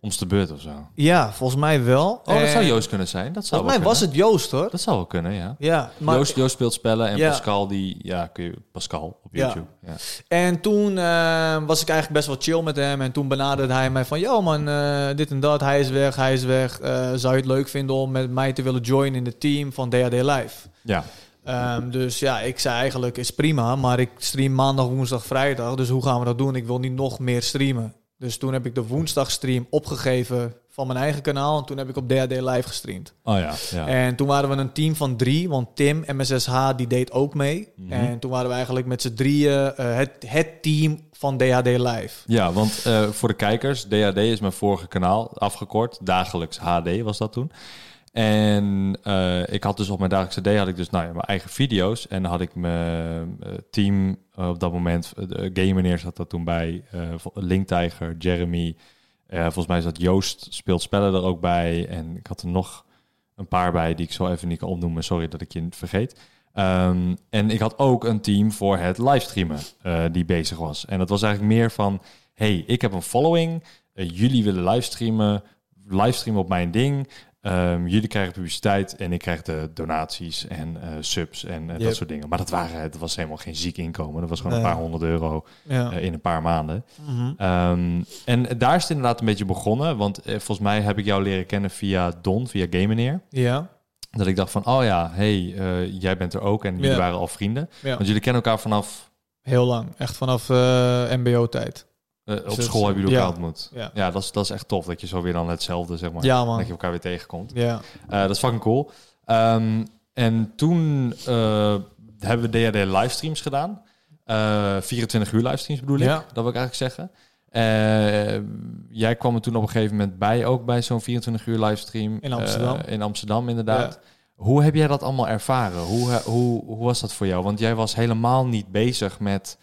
Om de beurt of zo. Oh, Ja, volgens mij wel. dat zou En Joost kunnen zijn. Dat zou Eh, Volgens mij wel was het Joost, hoor. Dat zou wel kunnen, ja. Ja, maar... Joost, Joost speelt spellen en Ja. Pascal die... Ja, kun je, Pascal op Ja. YouTube. Ja. En toen eh, was ik eigenlijk best wel chill met hem. En toen benaderde hij mij van... Yo man, eh, dit en dat. Hij is weg, hij is weg. Eh, zou je het leuk vinden om met mij te willen joinen in het team van DHD Live? ja. Ehm, dus ja, ik zei eigenlijk, is prima. Maar ik stream maandag, woensdag, vrijdag. Dus hoe gaan we dat doen? Ik wil niet nog meer streamen. Dus toen heb ik de woensdagstream opgegeven van mijn eigen kanaal. En toen heb ik op DHD Live gestreamd. Oh ja, ja. En toen waren we een team van drie, want Tim, MSSH, die deed ook mee. Mhm. En toen waren we eigenlijk met z'n drieën eh, het, het team van DHD Live. Ja, want eh, voor de kijkers, DHD is mijn vorige kanaal, afgekort. Dagelijks HD was dat toen. En eh, ik had dus op mijn dagelijkse D had ik dus nou ja, mijn eigen video's. En dan had ik mijn eh, team eh, op dat moment, eh, de Game Meneer zat dat toen bij, eh, vo- Link Tiger, Jeremy. eh, volgens mij zat Joost speelt spellen er ook bij. En ik had er nog een paar bij die ik zo even niet kan opnoemen. Sorry dat ik je vergeet. Ehm, en ik had ook een team voor het livestreamen eh, die bezig was. En dat was eigenlijk meer van... hey, ik heb een following. eh, jullie willen livestreamen. Livestreamen op mijn ding. Ehm, jullie krijgen publiciteit en ik krijg de donaties en eh, subs en eh, Yep. dat soort dingen. Maar dat, waren, het was helemaal geen ziek inkomen. Dat was gewoon een Nee. paar honderd euro Ja. eh, in een paar maanden. Mhm. Ehm, en daar is het inderdaad een beetje begonnen. Want eh, volgens mij heb ik jou leren kennen via Don, via Gameneer. ja. Dat ik dacht van, oh ja, hey, eh, jij bent er ook. En jullie Ja. waren al vrienden. Ja. Want jullie kennen elkaar vanaf... Heel lang. Echt vanaf eh, mbo-tijd. eh, op Dus- school hebben jullie elkaar ja. ontmoet. Ja, Ja. dat, is, dat is echt tof. Dat je zo weer dan hetzelfde, zeg maar. Ja, man. Dat je elkaar weer tegenkomt. Ja. Eh, dat is fucking cool. Ehm, en toen eh, hebben we DHD livestreams gedaan. Eh, 24 uur livestreams bedoel Ja. ik. Dat wil ik eigenlijk zeggen. Eh, jij kwam er toen op een gegeven moment bij, ook bij zo'n 24 uur livestream. In Amsterdam. Eh, in Amsterdam, inderdaad. Hoe heb jij dat allemaal ervaren? Hoe, hoe, hoe was dat voor jou? Want jij was helemaal niet bezig met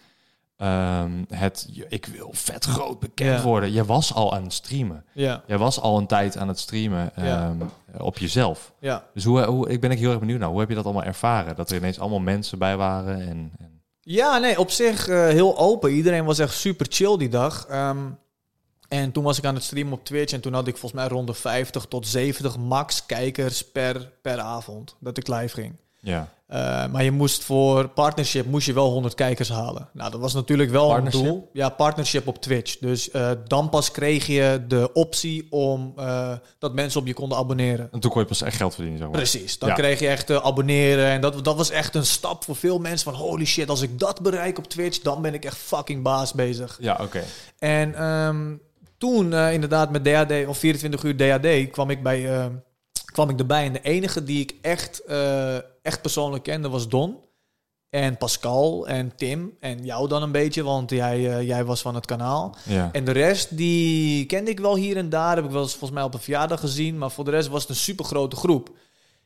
ehm, het je- ik wil vet groot bekend Ja. worden. Je was al aan het streamen. Ja, Jij was al een tijd aan het streamen Ja. ehm, op jezelf. ja. Dus hoe, hoe, ik ben ik heel erg benieuwd naar. Hoe heb je dat allemaal ervaren? Dat er ineens allemaal mensen bij waren. En, en... Ja, nee, op zich eh, heel open. Iedereen was echt super chill die dag. Ehm, en toen was ik aan het streamen op Twitch en toen had ik volgens mij rond de 50 tot 70 max kijkers per, per avond dat ik live ging. Ja. Eh, maar je moest voor partnership moest je wel 100 kijkers halen. Nou, dat was natuurlijk wel een Partnership? doel. Ja, partnership op Twitch. Dus eh, dan pas kreeg je de optie om eh, dat mensen op je konden abonneren. En toen kon je pas echt geld verdienen. Zeg maar. Precies, dan Ja. kreeg je echt eh, abonneren. En dat, dat was echt een stap voor veel mensen van holy shit, als ik dat bereik op Twitch, dan ben ik echt fucking baas bezig. Ja, oké. En ehm, toen eh, inderdaad met DHD of 24 uur DHD kwam ik, bij, ehm, kwam ik erbij. En de enige die ik echt, eh, echt persoonlijk kende was Don. En Pascal en Tim en jou dan een beetje, want jij, eh, jij was van het kanaal. Ja. En de rest, die kende ik wel hier en daar. Heb ik wel eens volgens mij op een verjaardag gezien. Maar voor de rest was het een supergrote groep.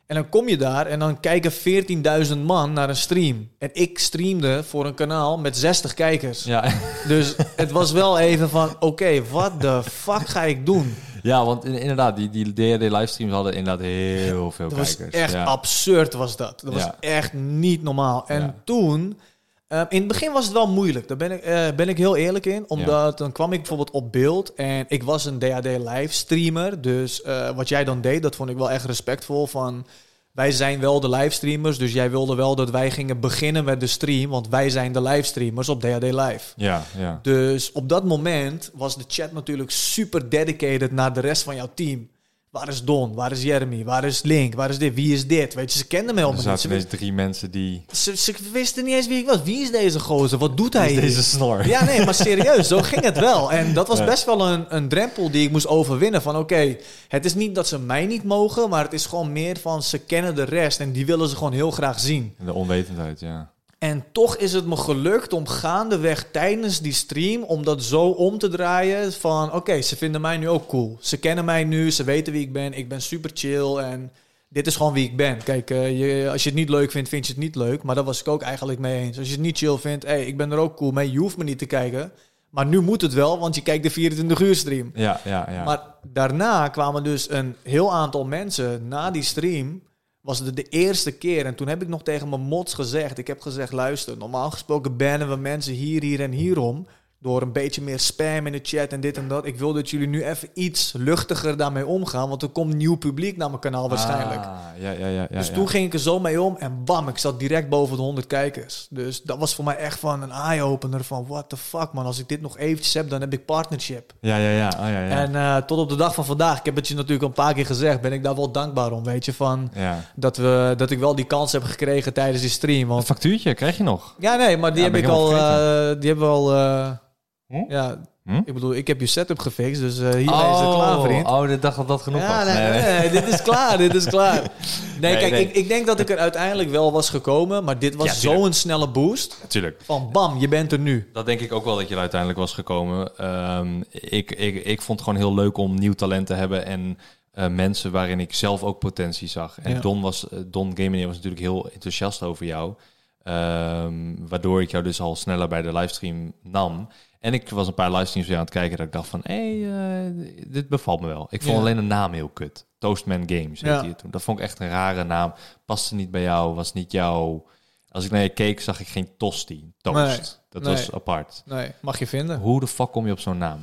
En dan kom je daar en dan kijken 14.000 man naar een stream. En ik streamde voor een kanaal met 60 kijkers. Ja. Dus het was wel even van, oké, wat de fuck ga ik doen? ja, want in- inderdaad, die, die DRD-livestreams hadden inderdaad heel veel Dat was kijkers. echt ja. absurd was dat. Dat was Ja. echt niet normaal. En Ja. toen, eh, in het begin was het wel moeilijk. Daar ben ik, eh, ben ik heel eerlijk in. Omdat dan kwam ik bijvoorbeeld op beeld en ik was een DHD livestreamer. Dus eh, wat jij dan deed, dat vond ik wel echt respectvol van... Wij zijn wel de livestreamers, dus jij wilde wel dat wij gingen beginnen met de stream. Want wij zijn de livestreamers op DHD Live. Ja, ja. Dus op dat moment was de chat natuurlijk super dedicated naar de rest van jouw team. Waar is Don? Waar is Jeremy? Waar is Link? Waar is dit? Wie is dit? Weet je, ze kenden me Er helemaal niet. Dus Ze, zaten ineens drie mensen die... wist- ze, ze wisten niet eens wie ik was. Wie is deze gozer? Wat doet hij hier? Deze snor. Ja, nee, maar serieus, zo ging het wel. En dat was Ja. best wel een, een drempel die ik moest overwinnen. Van oké, het is niet dat ze mij niet mogen, maar het is gewoon meer van ze kennen de rest en die willen ze gewoon heel graag zien. De onwetendheid, ja. En toch is het me gelukt om gaandeweg tijdens die stream, om dat zo om te draaien van oké, ze vinden mij nu ook cool. Ze kennen mij nu, ze weten wie ik ben, ik ben super chill en dit is gewoon wie ik ben. Kijk, eh, je, als je het niet leuk vindt, vind je het niet leuk, maar daar was ik ook eigenlijk mee eens. Als je het niet chill vindt, hey, ik ben er ook cool mee, je hoeft me niet te kijken. Maar nu moet het wel, want je kijkt de 24 uur stream. Ja, ja, ja. Maar daarna kwamen dus een heel aantal mensen na die stream. Was het de eerste keer. En toen heb ik nog tegen mijn mods gezegd. Ik heb gezegd, luister, normaal gesproken bannen we mensen hier, hier en hierom. Door een beetje meer spam in de chat en dit en dat. Ik wil dat jullie nu even iets luchtiger daarmee omgaan. Want er komt nieuw publiek naar mijn kanaal waarschijnlijk. Ah, ja, ja, ja. ja dus ja. toen ging ik er zo mee om en bam, ik zat direct boven de 100 kijkers. Dus dat was voor mij echt van een eye-opener van what the fuck man. Als ik dit nog eventjes heb, dan heb ik partnership. Ja, ja, ja. Ah, ja, ja. En eh, tot op de dag van vandaag, ik heb het je natuurlijk al een paar keer gezegd, ben ik daar wel dankbaar om, weet je, van ja. dat, we, dat ik wel die kans heb gekregen tijdens die stream. Een Want, factuurtje krijg je nog. ja, nee, maar die Ja, heb ben ik ik helemaal al, eh, die hebben we al, eh, Hm? ja, Hm? ik bedoel, ik heb je setup gefixt, dus eh, hier is het klaar, vriend. oh, dit dacht dat dat genoeg Ja, was. nee, nee, dit is klaar, dit is klaar. Nee, Nee, kijk, nee. Ik, ik denk dat ik er uiteindelijk wel was gekomen, maar dit was Ja, tuurlijk. zo'n snelle boost. Natuurlijk. Van bam, je bent er nu. Dat denk ik ook wel dat je er uiteindelijk was gekomen. Ehm, ik, ik, ik vond het gewoon heel leuk om nieuw talent te hebben en eh, mensen waarin ik zelf ook potentie zag. En Ja. Don, was, eh, Don Gamineer was natuurlijk heel enthousiast over jou. Ehm, waardoor ik jou dus al sneller bij de livestream nam. En ik was een paar livestreams weer aan het kijken dat ik dacht van... hé, dit bevalt me wel. Ik vond Ja. alleen de naam heel kut. Toastman Games heette Ja. je toen. Dat vond ik echt een rare naam. Paste niet bij jou, was niet jouw... Als ik naar je keek, zag ik geen tosti. Toast. Nee, dat nee. was apart. Nee, mag je vinden. Hoe de fuck kom je op zo'n naam?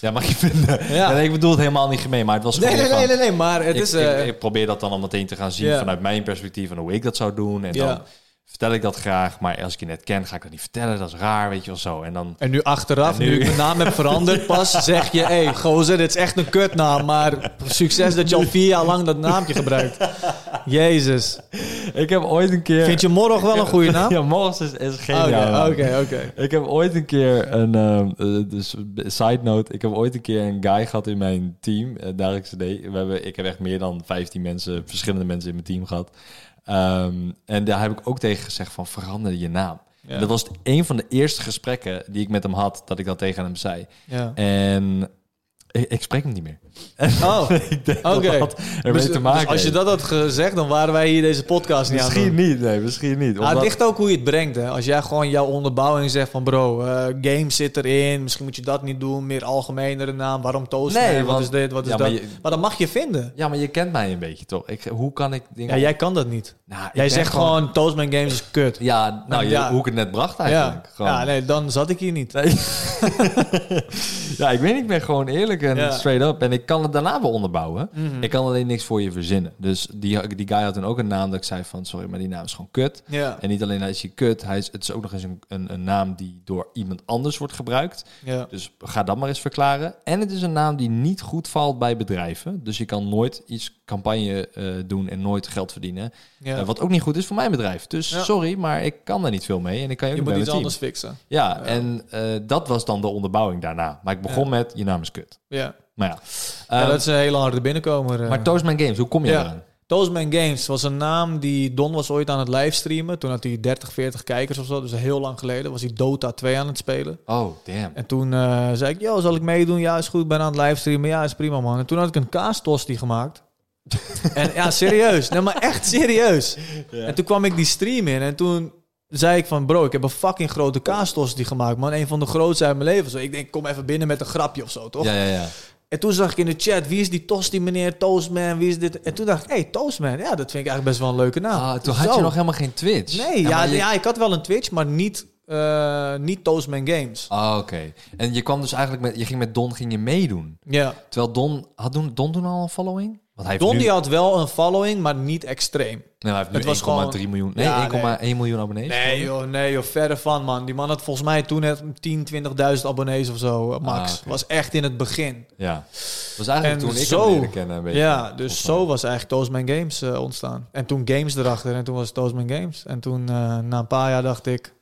Ja, mag je vinden. Ja. Ja. nee, ik bedoel het helemaal niet gemeen, maar het was Nee, gewoon nee, van- nee, nee, nee, maar het ik, is... ik- eh, ik, probeer dat dan al meteen te gaan zien Ja. vanuit mijn perspectief en hoe ik dat zou doen. En Ja. dan vertel ik dat graag, maar als ik je net ken, ga ik dat niet vertellen. Dat is raar, weet je wel zo. En dan... En nu achteraf, En nu- nu, ik mijn naam heb veranderd, pas zeg je... hé, hey, gozer, dit is echt een kutnaam, maar succes dat je al vier jaar lang dat naampje gebruikt. Jezus. Ik heb ooit een keer... Vind je morgen wel een goede naam? Ja, Morris is, is geniaal. Oké, oké, oké. Ik heb ooit een keer een ehm, eh, dus side note. Ik heb ooit een keer een guy gehad in mijn team, eh, daar ik ze deed. We hebben, ik heb echt meer dan 15 mensen, verschillende mensen in mijn team gehad. Ehm, en daar heb ik ook tegen gezegd van verander je naam. En Dat was het- een van de eerste gesprekken die ik met hem had, dat ik dat tegen hem zei. Ja. En Ik, ik spreek hem niet meer. Oh, ik denk Oké. dat dat ermee dus, te dus maken als je heeft. dat had gezegd, dan waren wij hier deze podcast niet aan Misschien het doen. niet, nee, misschien niet. Ah, het Omdat- ligt ook hoe je het brengt. Hè. Als jij gewoon jouw onderbouwing zegt van bro, eh game zit erin, misschien moet je dat niet doen, meer algemenere naam, waarom toast? Nee, Nee, wat want- is dit, wat is Ja, dat? maar Maar, je- dat mag je vinden. Ja, maar je kent mij een beetje, toch? Ik, hoe kan ik dingen... Ja, jij kan dat niet. Nou, ik Jij ben zegt gewoon, Toastman Games is kut. Ja, nou, je- Ja. hoe ik het net bracht Ja. eigenlijk. Gewoon. ja, nee, dan zat ik hier niet. Nee. ja, ik weet niet, ik ben gewoon eerlijk en Ja. Mhm. straight up. En ik kan het daarna wel onderbouwen. Ik kan alleen niks voor je verzinnen. Dus die, die guy had toen ook een naam dat ik zei van... Sorry, maar die naam is gewoon kut. Ja. En niet alleen hij is hij kut, hij is, het is ook nog eens een, een, een naam die door iemand anders wordt gebruikt. Ja. Dus ga dat maar eens verklaren. En het is een naam die niet goed valt bij bedrijven. Dus je kan nooit iets campagne eh, doen en nooit geld verdienen. Ja. Eh, wat ook niet goed is voor mijn bedrijf. Dus Ja. sorry, maar ik kan daar niet veel mee. En ik kan je ook Je niet moet bij iets mijn team. anders fixen. Ja, en eh, dat was dan de onderbouwing daarna. Maar ik begon Ja. met, je naam is kut. Ja. Maar ja. Ja, Ehm, dat is een hele harde binnenkomer. eh. Maar Toastman Games, hoe kom je Ja. eraan? Toastman Games was een naam die Don was ooit aan het livestreamen. Toen had hij 30, 40 kijkers of zo. Dus heel lang geleden was hij Dota 2 aan het spelen. Oh, damn. En toen eh, zei ik, yo, zal ik meedoen? Ja, is goed. Ben aan het livestreamen. Ja, is prima, man. En toen had ik een kaastosti gemaakt. en ja, serieus. Nee, maar echt serieus. En toen kwam ik die stream in en toen zei ik van, bro, ik heb een fucking grote kaastosti gemaakt, man. Een van de grootste uit mijn leven. Zo, ik denk, kom even binnen met een grapje of zo, toch? Ja, ja, ja. En toen zag ik in de chat, wie is die Tosti meneer Toastman? Wie is dit? En toen dacht ik, hey, Toastman. Ja, dat vind ik eigenlijk best wel een leuke naam. Ah, toen had Zo. je nog helemaal geen Twitch. Nee, ja, ja, maar je- ik had wel een Twitch, maar niet, eh, niet Toastman Games. Ah, oké. En je kwam dus eigenlijk met, je ging met Don ging je meedoen. Ja. Terwijl Don, had Don, Don toen al een following? Want hij heeft Don nu, die had wel een following, maar niet extreem. nou, hij heeft nu het was 1,3 gewoon- miljoen. Nee, Ja, 1,1 miljoen abonnees. Nee joh, nee joh, verre van man. Die man had volgens mij toen net 10, 20.000 abonnees of zo, eh, max. Ah, oké. Was echt in het begin. Ja. Dat was eigenlijk En toen ik zo- hem leerde kennen een beetje. ja, dus zo was eigenlijk Toastman Games eh, ontstaan. En toen Games erachter en toen was het Toastman Games. En toen eh, na een paar jaar dacht ik,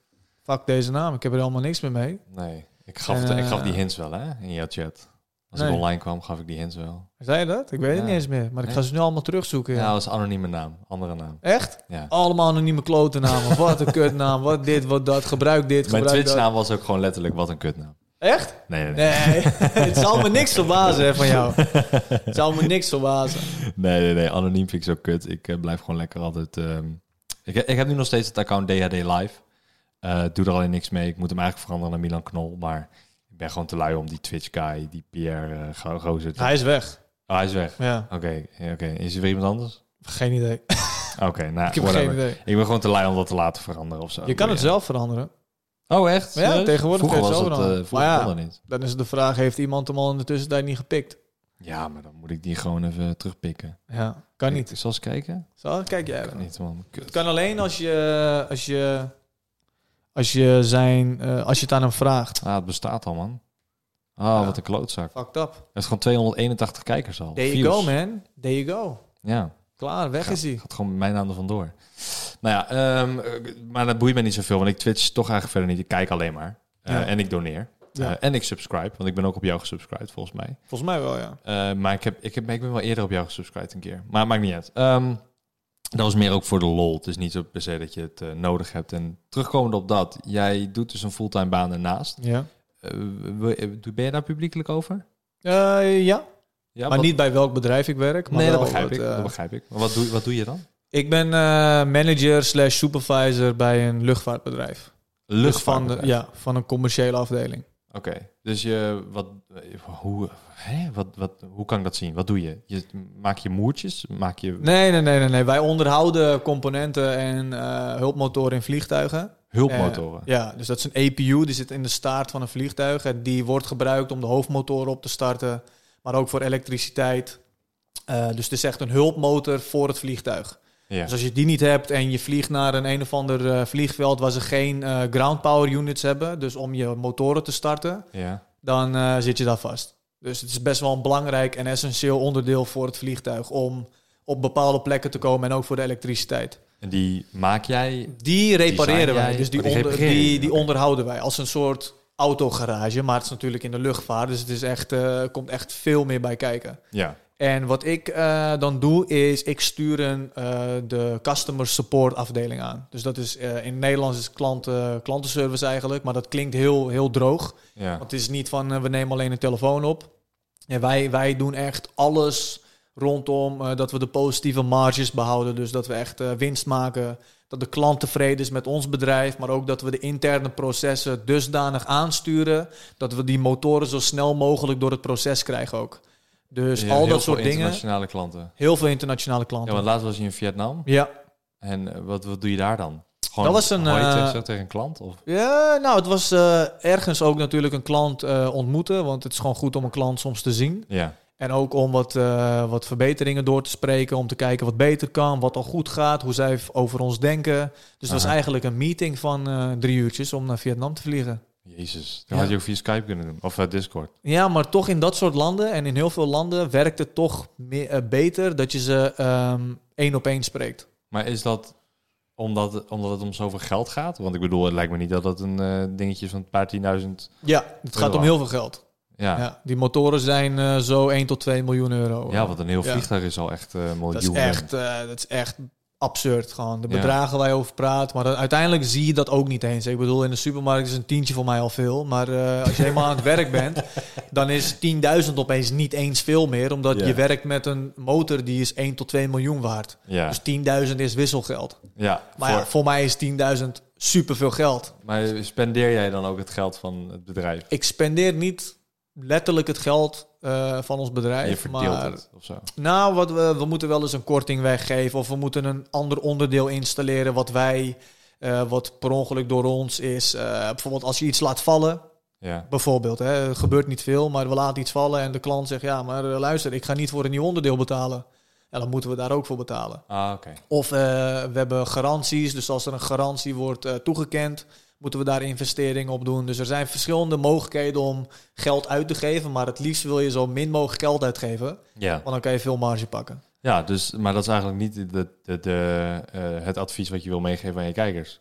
fuck deze naam, ik heb er helemaal niks meer mee. Nee, ik gaf, En, het- ik eh, gaf die hints wel hè, in jouw chat. Als ik Nee. online kwam, gaf ik die hints wel. Zei je dat? Ik weet het Ja. niet eens meer, maar ik ga Nee. Nou. ze nu allemaal terugzoeken. Ja, ja. Oh, dat was anonieme naam. Andere naam. Echt? Ja. Allemaal anonieme klotennamen. wat een kutnaam, wat dit, wat dat, gebruik dit, Mijn gebruik dat. Twitch-naam was ook gewoon letterlijk wat een kutnaam. Echt? Nee, nee, nee. Nee, het zou me niks verbazen hè, van jou. Het zou me niks verbazen. nee, nee, nee. Anoniem vind ik zo kut. Ik eh, blijf gewoon lekker altijd... ehm, Ik, ik heb nu nog steeds het account DHD Live. Eh, doe er alleen niks mee. Ik moet hem eigenlijk veranderen naar Milan Knol. Maar ik ben gewoon te lui om die Twitch-guy, die Pierre eh, Go- Gozer... te- Hij is weg. Oh, hij is weg. Ja, Oké, ja, oké. is er weer iemand anders? geen idee. Oké, nou, Ik heb whatever. geen idee. Ik ben gewoon te lui om dat te laten veranderen of zo. Je kan het Ja. zelf veranderen. Oh, echt? Ja, Serieus? tegenwoordig vroeger kan je was dat, eh, het zelf veranderen. Vroeger Maar ja. kon dat niet. Dan is de vraag, heeft iemand hem al in de tussentijd niet gepikt? Ja, maar dan moet ik die gewoon even terugpikken. Ja, kan niet. Ik zal eens kijken. Zo, kijk jij Kan dan. niet, man. Kut. Het kan alleen als je, als je, als je, zijn, eh, als je het aan hem vraagt. Ah, het bestaat al, man. Ah, Ja. wat een klootzak. Fucked up. Het is gewoon 281 kijkers al. There you Views. go, man. There you go. Ja, Klaar, weg is hij. gaat gewoon mijn naam er vandoor. Nou ja, ehm, eh, maar dat boeit me niet zoveel, want ik twitch toch eigenlijk verder niet. Ik kijk alleen maar. Eh, Ja. En ik doneer. Ja. Eh, en ik subscribe, want ik ben ook op jou gesubscribed, volgens mij. Volgens mij wel, ja. Eh, maar ik, heb, ik, heb, ik ben wel eerder op jou gesubscribed een keer. Maar maakt niet uit. Ehm, dat was meer ook voor de lol. Het is niet zo per se dat je het eh, nodig hebt. En terugkomend op dat, jij doet dus een fulltime baan ernaast. Ja. Eh, wil- eh, ben je daar publiekelijk over? Eh, ja, Ja, maar wat- niet bij welk bedrijf ik werk. Maar nee, dat wel begrijp, wat, ik, eh, dat begrijp ik. Maar wat doe, wat doe je dan? Ik ben eh, manager slash supervisor bij een luchtvaartbedrijf. Dus van, de, Luchtvaartbedrijf. ja, van een commerciële afdeling. Oké. Dus je, wat, eh, hoe, hè? Wat, wat, hoe kan ik dat zien? Wat doe je? je maak je moertjes? Maak je Nee, nee, nee, nee. nee. Wij onderhouden componenten en eh, hulpmotoren in vliegtuigen. hulpmotoren? Eh, ja, dus dat is een APU. Die zit in de staart van een vliegtuig. En die wordt gebruikt om de hoofdmotoren op te starten. Maar ook voor elektriciteit. Eh, dus het is echt een hulpmotor voor het vliegtuig. ja. Dus als je die niet hebt en je vliegt naar een een of ander eh, vliegveld... waar ze geen eh, ground power units hebben... dus om je motoren te starten... ja. dan eh, zit je daar vast. Dus het is best wel een belangrijk en essentieel onderdeel voor het vliegtuig om op bepaalde plekken te komen en ook voor de elektriciteit. En die maak jij... Die repareren Design wij, jij? dus die, Oh, die onder- repareer je, die, die oké. onderhouden wij als een soort autogarage, maar het is natuurlijk in de luchtvaart, dus het is echt, eh, komt echt veel meer bij kijken. Ja. En wat ik eh, dan doe, is ik stuur een, eh, de customer support afdeling aan. Dus dat is eh, in het Nederlands is klant, eh, klantenservice eigenlijk, maar dat klinkt heel, heel droog. ja. Want het is niet van eh, we nemen alleen een telefoon op. En wij, wij doen echt alles rondom eh, dat we de positieve marges behouden. Dus dat we echt eh, winst maken. Dat de klant tevreden is met ons bedrijf. Maar ook dat we de interne processen dusdanig aansturen. Dat we die motoren zo snel mogelijk door het proces krijgen ook. Dus Je hebt al heel dat soort veel dingen. internationale klanten. Heel veel internationale Ja, klanten. Ja, want laatst was je in Vietnam. En eh, wat, wat doe je daar dan? Gewoon, Dat was een, hoor je eh, tegen- zo tegen een klant? Of? Ja, nou, het was eh, ergens ook natuurlijk een klant eh, ontmoeten. Want het is gewoon goed om een klant soms te zien. Ja. En ook om wat, eh, wat verbeteringen door te spreken. Om te kijken wat beter kan, wat al goed gaat, hoe zij over ons denken. Dus het was Aha. eigenlijk een meeting van eh, drie uurtjes om naar Vietnam te vliegen. Jezus. Dat Ja. had je ook via Skype kunnen doen. Of eh, Discord. Ja, maar toch in dat soort landen en in heel veel landen werkt het toch meer, eh, beter dat je ze ehm, één op één spreekt. Maar is dat omdat, omdat het om zoveel geld gaat? Want ik bedoel, het lijkt me niet dat dat een eh, dingetje is van een paar tienduizend... Ja, het gaat om heel veel geld. Ja, ja. Ja, die motoren zijn eh, zo 1 tot 2 miljoen euro. want een heel Ja. vliegtuig is al echt eh miljoenen. Dat is echt, eh, dat is echt absurd gewoon. De Ja. bedragen waar je over praat. Maar dan- uiteindelijk zie je dat ook niet eens. Ik bedoel, in de supermarkt is een tientje voor mij al veel. Maar eh, als je helemaal aan het werk bent, dan is 10.000 opeens niet eens veel meer. Omdat Ja. je werkt met een motor die is 1 tot 2 miljoen waard. Ja, Dus 10.000 is wisselgeld. ja. Maar voor- ja, voor mij is 10.000 superveel geld. maar spendeer jij dan ook het geld van het bedrijf? Ik spendeer niet letterlijk het geld eh, van ons bedrijf. Je verdeelt maar het of zo? Nou, wat we, we moeten wel eens een korting weggeven. Of we moeten een ander onderdeel installeren wat wij, eh, wat per ongeluk door ons is. Eh, bijvoorbeeld als je iets laat vallen. Ja. Bijvoorbeeld, hè, er gebeurt niet veel, maar we laten iets vallen. En de klant zegt, ja, maar eh, luister, ik ga niet voor een nieuw onderdeel betalen. En dan moeten we daar ook voor betalen. Ah, oké. Of eh, we hebben garanties. Dus als er een garantie wordt eh, toegekend, moeten we daar investeringen op doen. Dus er zijn verschillende mogelijkheden om geld uit te geven. Maar het liefst wil je zo min mogelijk geld uitgeven. Ja. Want dan kan je veel marge pakken. Ja, dus, maar dat is eigenlijk niet de, de, de, eh, het advies wat je wil meegeven aan je kijkers.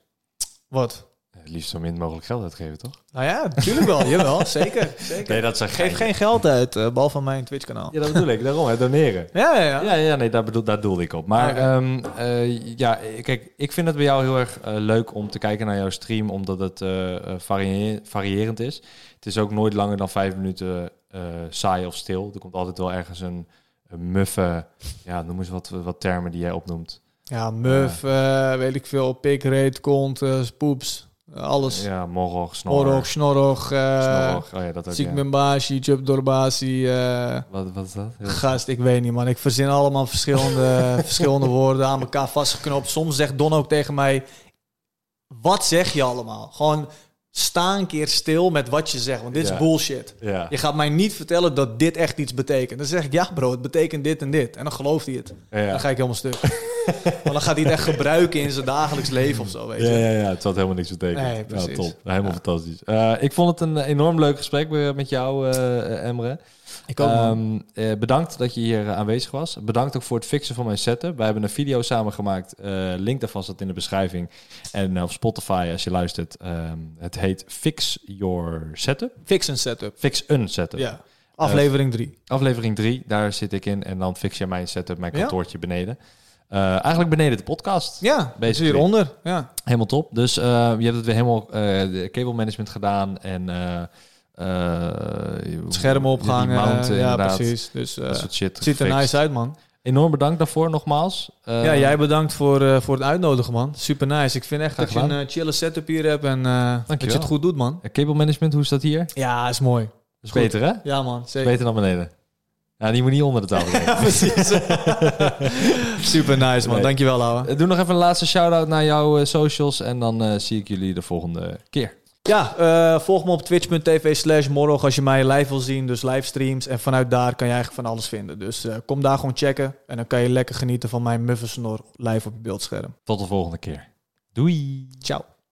Wat? Het liefst zo min mogelijk geld uitgeven, toch? Nou ja, natuurlijk wel. jawel, zeker. zeker. Nee, dat zijn Geef geen geld uit, eh, behalve aan mijn Twitch-kanaal. Ja, dat bedoel ik. Daarom, hè, doneren. Ja, ja, ja. Ja, ja nee, daar, bedoel, daar doelde ik op. Maar Oké. ehm, eh, ja, kijk, ik vind het bij jou heel erg eh, leuk om te kijken naar jouw stream, omdat het eh, eh, varie- variërend is. Het is ook nooit langer dan vijf minuten eh, saai of stil. Er komt altijd wel ergens een, een muffe, ja, noem eens wat, wat termen die jij opnoemt. Ja, muf, eh, weet ik veel, pik, reet, kont, eh, poeps, eh, alles. Ja, morog, snor, Orog, snorog, eh snorog. Oh ja, dat ook, ja. ziekmenbashi, chubdorbashi, eh, Wat, wat is dat? Heel- gast, ik weet niet man. Ik verzin allemaal verschillende, verschillende woorden aan elkaar vastgeknoopt. Soms zegt Don ook tegen mij, wat zeg je allemaal? Gewoon sta een keer stil met wat je zegt, want dit Ja. is bullshit. Ja. Je gaat mij niet vertellen dat dit echt iets betekent. Dan zeg ik, ja bro, het betekent dit en dit. En dan gelooft hij het. Ja, ja. Dan ga ik helemaal stuk. Want dan gaat hij het echt gebruiken in zijn dagelijks leven of zo, weet je. Ja, ja, ja, het had helemaal niks betekend. Nee, Ja, precies. top. Helemaal fantastisch. Eh, ik vond het een enorm leuk gesprek eh, met jou, eh, Emre. Ik ook, man. Ehm, eh, bedankt dat je hier eh, aanwezig was. Bedankt ook voor het fixen van mijn setup. Wij hebben een video samengemaakt. Eh link daarvan staat in de beschrijving. En eh, op Spotify als je luistert. Ehm, het heet Fix Your Setup. Fix een setup. Fix een setup. Ja. Aflevering Eh, 3. Aflevering 3, daar zit ik in. En dan fix jij mijn setup, mijn Ja. kantoortje beneden. Eh, eigenlijk beneden de podcast. Ja, dus Basically. hieronder. Ja. Helemaal top. Dus eh, je hebt het weer helemaal eh, de cable management gedaan. En eh, eh, Schermen opgehangen. eh, Die mount, ja, inderdaad. precies. Dus eh, Dat soort shit. het ziet er gefixt. nice uit, man. Enorm bedankt daarvoor nogmaals. Eh, ja, jij bedankt voor, eh, voor het uitnodigen, man. Super nice. Ik vind echt Graag dat je een eh, chille setup hier hebt en eh, dat je Dankjewel. het goed doet, man. eh, Cable management, hoe is dat hier? Ja, is mooi. is goed. beter, hè? Ja, man. Zeker. Beter dan beneden. Nou, die moet niet onder de tafel liggen. Precies. Super nice, man. Nee. Dankjewel, Lauwe. Eh, Doe nog even een laatste shout-out naar jouw eh, socials. En dan eh, zie ik jullie de volgende keer. Ja, eh, volg me op twitch.tv slash morgen als je mij live wil zien. Dus livestreams. En vanuit daar kan je eigenlijk van alles vinden. Dus eh, kom daar gewoon checken. En dan kan je lekker genieten van mijn muffensnor live op je beeldscherm. Tot de volgende keer. Doei. Ciao.